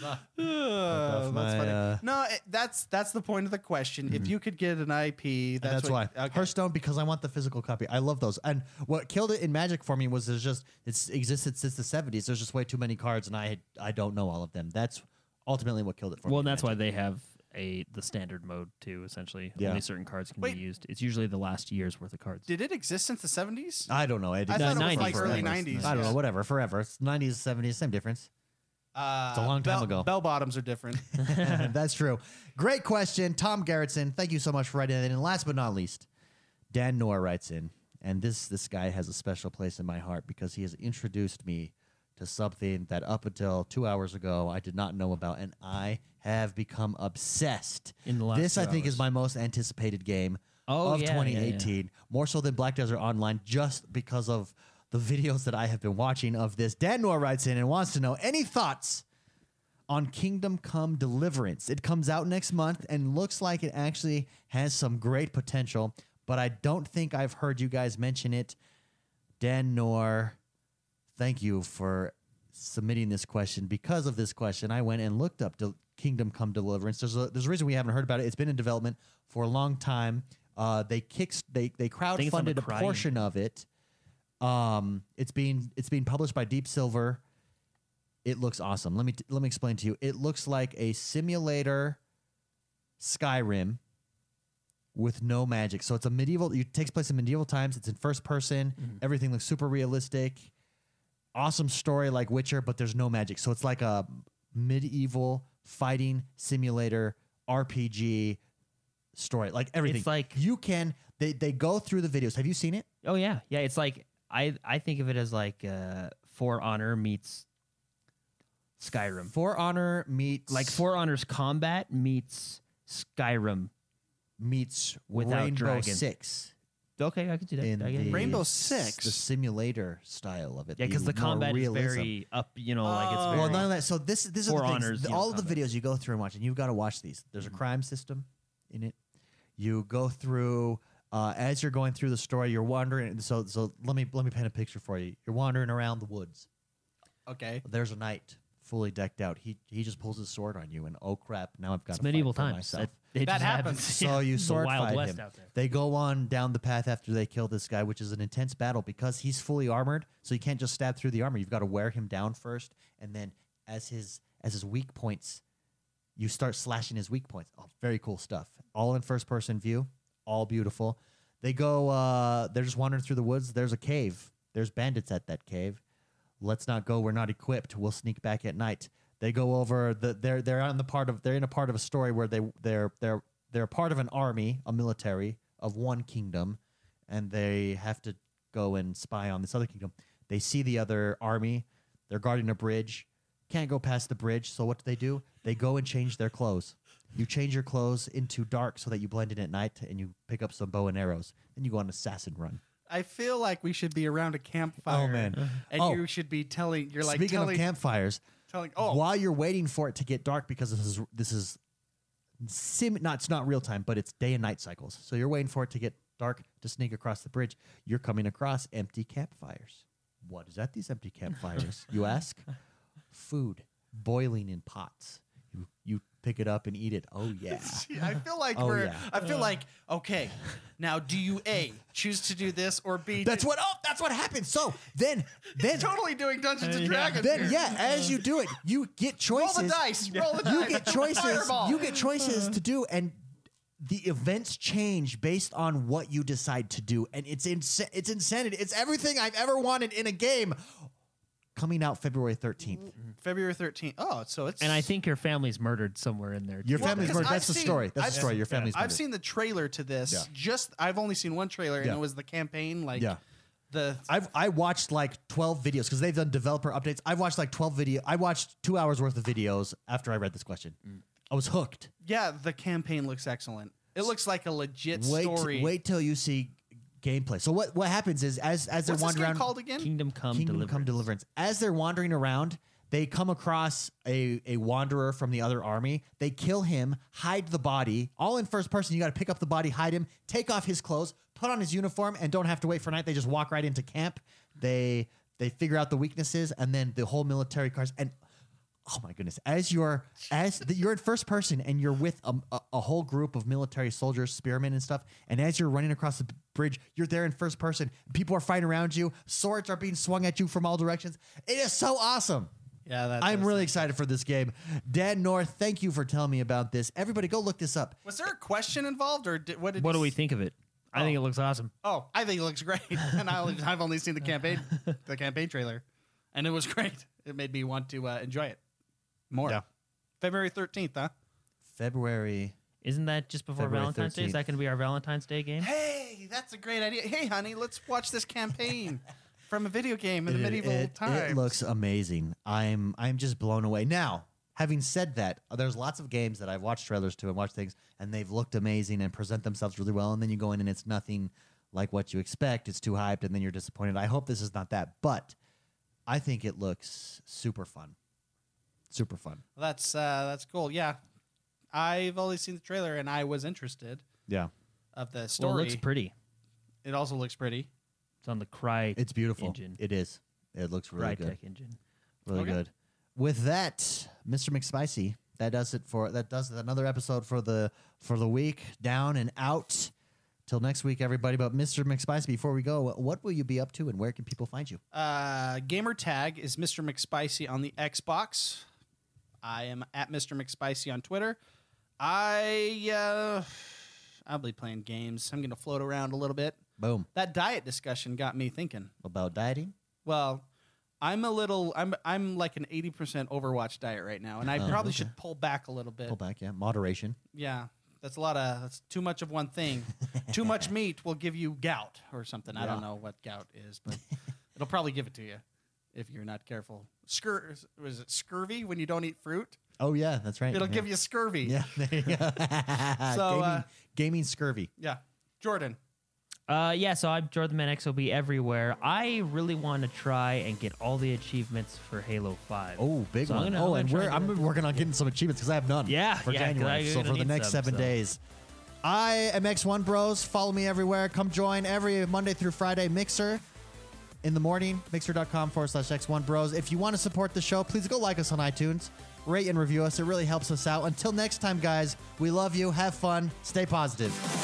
[sighs] off Oh, that's my, funny. uh, no, it, that's that's the point of the question. If you could get an IP, And that's, that's what, why okay. Hearthstone because I want the physical copy. I love those. And what killed it in Magic for me was there's just it's existed since the '70s. There's just way too many cards, and I I don't know all of them. That's ultimately what killed it for me. well, in and that's Magic. why they have a the standard mode too. Essentially, Yeah. only certain cards can Wait. be used. It's usually the last year's worth of cards. Did it exist since the seventies? I don't know. I, I didn't- thought it was 90s like early forever. nineties. I don't know. Whatever. Forever. It's '90s, '70s, same difference. Uh, It's a long time bell- ago. Bell bottoms are different. [laughs] [laughs] That's true. Great question, Tom Garrettson. Thank you so much for writing in. And last but not least, Dan Noor writes in, and this this guy has a special place in my heart because he has introduced me to something that up until two hours ago I did not know about, and I have become obsessed. In the last this two I think is hours. my most anticipated game Oh, of yeah, yeah, yeah. 2018, more so than Black Desert Online, just because of the videos that I have been watching of this. Dan Noor writes in and wants to know any thoughts on Kingdom Come Deliverance. It comes out next month and looks like it actually has some great potential, but I don't think I've heard you guys mention it. Dan Noor, thank you for submitting this question. Because of this question, I went and looked up Del- Kingdom Come Deliverance. There's a, there's a reason we haven't heard about it. It's been in development for a long time. Uh, they kicks they they it's on the crowdfunded a Crying portion of it. Um, it's being it's being published by Deep Silver it looks awesome. Let me let me explain to you. It looks like a simulator Skyrim with no magic. So it's a medieval. It takes place in medieval times. It's in first person. Everything looks super realistic. Awesome story like Witcher, but there's no magic. So it's like a medieval fighting simulator RPG story. Like everything. It's like- you can. They they go through the videos. Have you seen it? Oh yeah, yeah. It's like I I think of it as like uh, For Honor meets Skyrim. For Honor meets Like For Honor's combat meets Skyrim. meets Without Rainbow Dragon. Six. Okay, I can do that. in I get the it. Rainbow s- the Six. simulator style of it. yeah, because the more combat is realism. very up. You know, like it's Oh. very. well. None of that. So this this is the For things. honors, The- you know, Mm-hmm. all of the combat. videos you go through and watch, and you've got to watch these. There's a crime system in it. You go through uh, as you're going through the story. You're wandering. So so let me let me paint a picture for you. You're wandering around the woods. Okay. There's a knight fully decked out. He he just pulls his sword on you, and oh crap! Now I've got it's medieval times. Myself. That, it That just happens. So you [laughs] The sword Wild fight West him. out there. They go on down the path after they kill this guy, which is an intense battle because he's fully armored. So you can't just stab through the armor. You've got to wear him down first, and then as his as his weak points, you start slashing his weak points. Oh, very cool stuff. All in first person view. All beautiful. They go. Uh, they're just wandering through the woods. There's a cave There's bandits at that cave. Let's not go. We're not equipped. We'll sneak back at night. They go over the they're they're on the part of they're in a part of a story where they they're they're they're part of an army, a military of one kingdom, and they have to go and spy on this other kingdom. They see the other army. They're guarding a bridge. Can't go past the bridge. So what do they do? They go and change their clothes. You change your clothes into dark so that you blend in at night and you pick up some bow and arrows. Then you go on an assassin run. I feel like we should be around a campfire. Oh, man. And Oh. you should be telling. You're like Speaking telling, of campfires, telling. Oh, while you're waiting for it to get dark because this is this is sim not it's not real time, but it's day and night cycles. So you're waiting for it to get dark to sneak across the bridge. You're coming across empty campfires. What is at these empty campfires? [laughs] you ask. Food boiling in pots. You you pick it up and eat it. Oh yeah. [laughs] See, I feel like Oh, we're. yeah. I feel like okay. Now, do you a choose to do this or b? That's do- what oh that's what happens. So then then [laughs] totally doing Dungeons and Yeah. Dragons. then here. yeah, as you do it, you get roll choices. the dice. Roll the you dice. [laughs] get choices. Fireball. You get choices to do, and the events change based on what you decide to do, and it's insa- it's insanity. It's everything I've ever wanted in a game. Coming out February thirteenth. February thirteenth. Oh, so it's And I think your family's murdered somewhere in there. Your too. Well, family's because murdered. That's I've the seen- story. That's I've the story. Your family's murdered. I've seen the trailer to this. Yeah. Just I've only seen one trailer, Yeah. and it was the campaign. Like Yeah. the I've I watched like twelve videos because they've done developer updates. I've watched like twelve video. I watched two hours worth of videos after I read this question. Mm. I was hooked. yeah the campaign looks excellent. It looks like a legit Wait, story. wait till you see gameplay. So what what happens is as as they're What's this wandering game around. called again? Kingdom come Kingdom deliverance. Come Deliverance. As they're wandering around, they come across a, a wanderer from the other army. They kill him, hide the body, all in first person. You got to pick up the body, hide him, take off his clothes, put on his uniform, and don't have to wait for night. They just walk right into camp. They they figure out the weaknesses, and then the whole military cars. And oh my goodness, as you're as the, you're in first person, and you're with a, a, a whole group of military soldiers, spearmen, and stuff. And as you're running across the bridge, you're there in first person. People are fighting around you. Swords are being swung at you from all directions. It is so awesome. Yeah, that I'm does really excited for this game. Dan North, thank you for telling me about this. Everybody, go look this up. Was there a question involved, or did, what did? What you do we s- think of it? I think it looks awesome. Oh, I think it looks great, [laughs] and I only, I've only seen the [laughs] campaign, the campaign trailer, and it was great. It made me want to uh, enjoy it more. Yeah. February thirteenth, huh? February. Isn't that just before February Valentine's Day? 13th. Is that going to be our Valentine's Day game? Hey, that's a great idea. Hey, honey, let's watch this [laughs] campaign from a video game in the It- medieval it- it times. looks amazing. I'm I'm just blown away. Now, having said that, there's lots of games that I've watched trailers to and watched things, and they've looked amazing and present themselves really well, and then you go in and it's nothing like what you expect. It's too hyped, and then you're disappointed. I hope this is not that, but I think it looks super fun. Super fun. that's uh, that's cool. Yeah, I've only seen the trailer, and I was interested Yeah, of the story. Well, it looks pretty. It also looks pretty. It's on the Cry it's beautiful. Engine. It is. It looks really Cry good. Tech engine. Really Okay. good. With that, Mr. McSpicy, that does it for that does it. another episode for the for the week. Down and out. Till next week, everybody. But Mr. McSpicy, before we go, what will you be up to and where can people find you? Uh, gamer tag is Mr. McSpicy on the Xbox. I am at Mr. McSpicy on Twitter. I uh, I'll be playing games. I'm gonna float around a little bit. Boom. That diet discussion got me thinking. About dieting? Well, I'm a little. I'm I'm like an 80% Overwatch diet right now, and I Oh, probably okay. should pull back a little bit. Pull back, yeah. Moderation. Yeah, that's a lot of. That's too much of [laughs] one thing. too much meat will give you gout or something. I Yeah. don't know what gout is, but it'll probably give it to you if you're not careful. Scur was it scurvy when you don't eat fruit? Oh yeah, that's right. It'll yeah. give you scurvy. Yeah, [laughs] there you go. [laughs] So, gaming, uh, gaming scurvy. Yeah. Jordan. Uh, yeah, so I'm Jordan Man XOB everywhere. I really want to try and get all the achievements for Halo 5. Oh, big So I'm one. gonna- I'm oh, gonna and try we're and I'm do working on getting some achievements because I have none. Yeah, for yeah, 'cause January. I'm So gonna for the need next some, seven so. days. I am X1 Bros. Follow me everywhere. Come join every Monday through Friday Mixer in the morning. Mixer.com forward slash X1 Bros. If you want to support the show, please go like us on iTunes, rate and review us. It really helps us out. Until next time, guys, we love you. Have fun. Stay positive.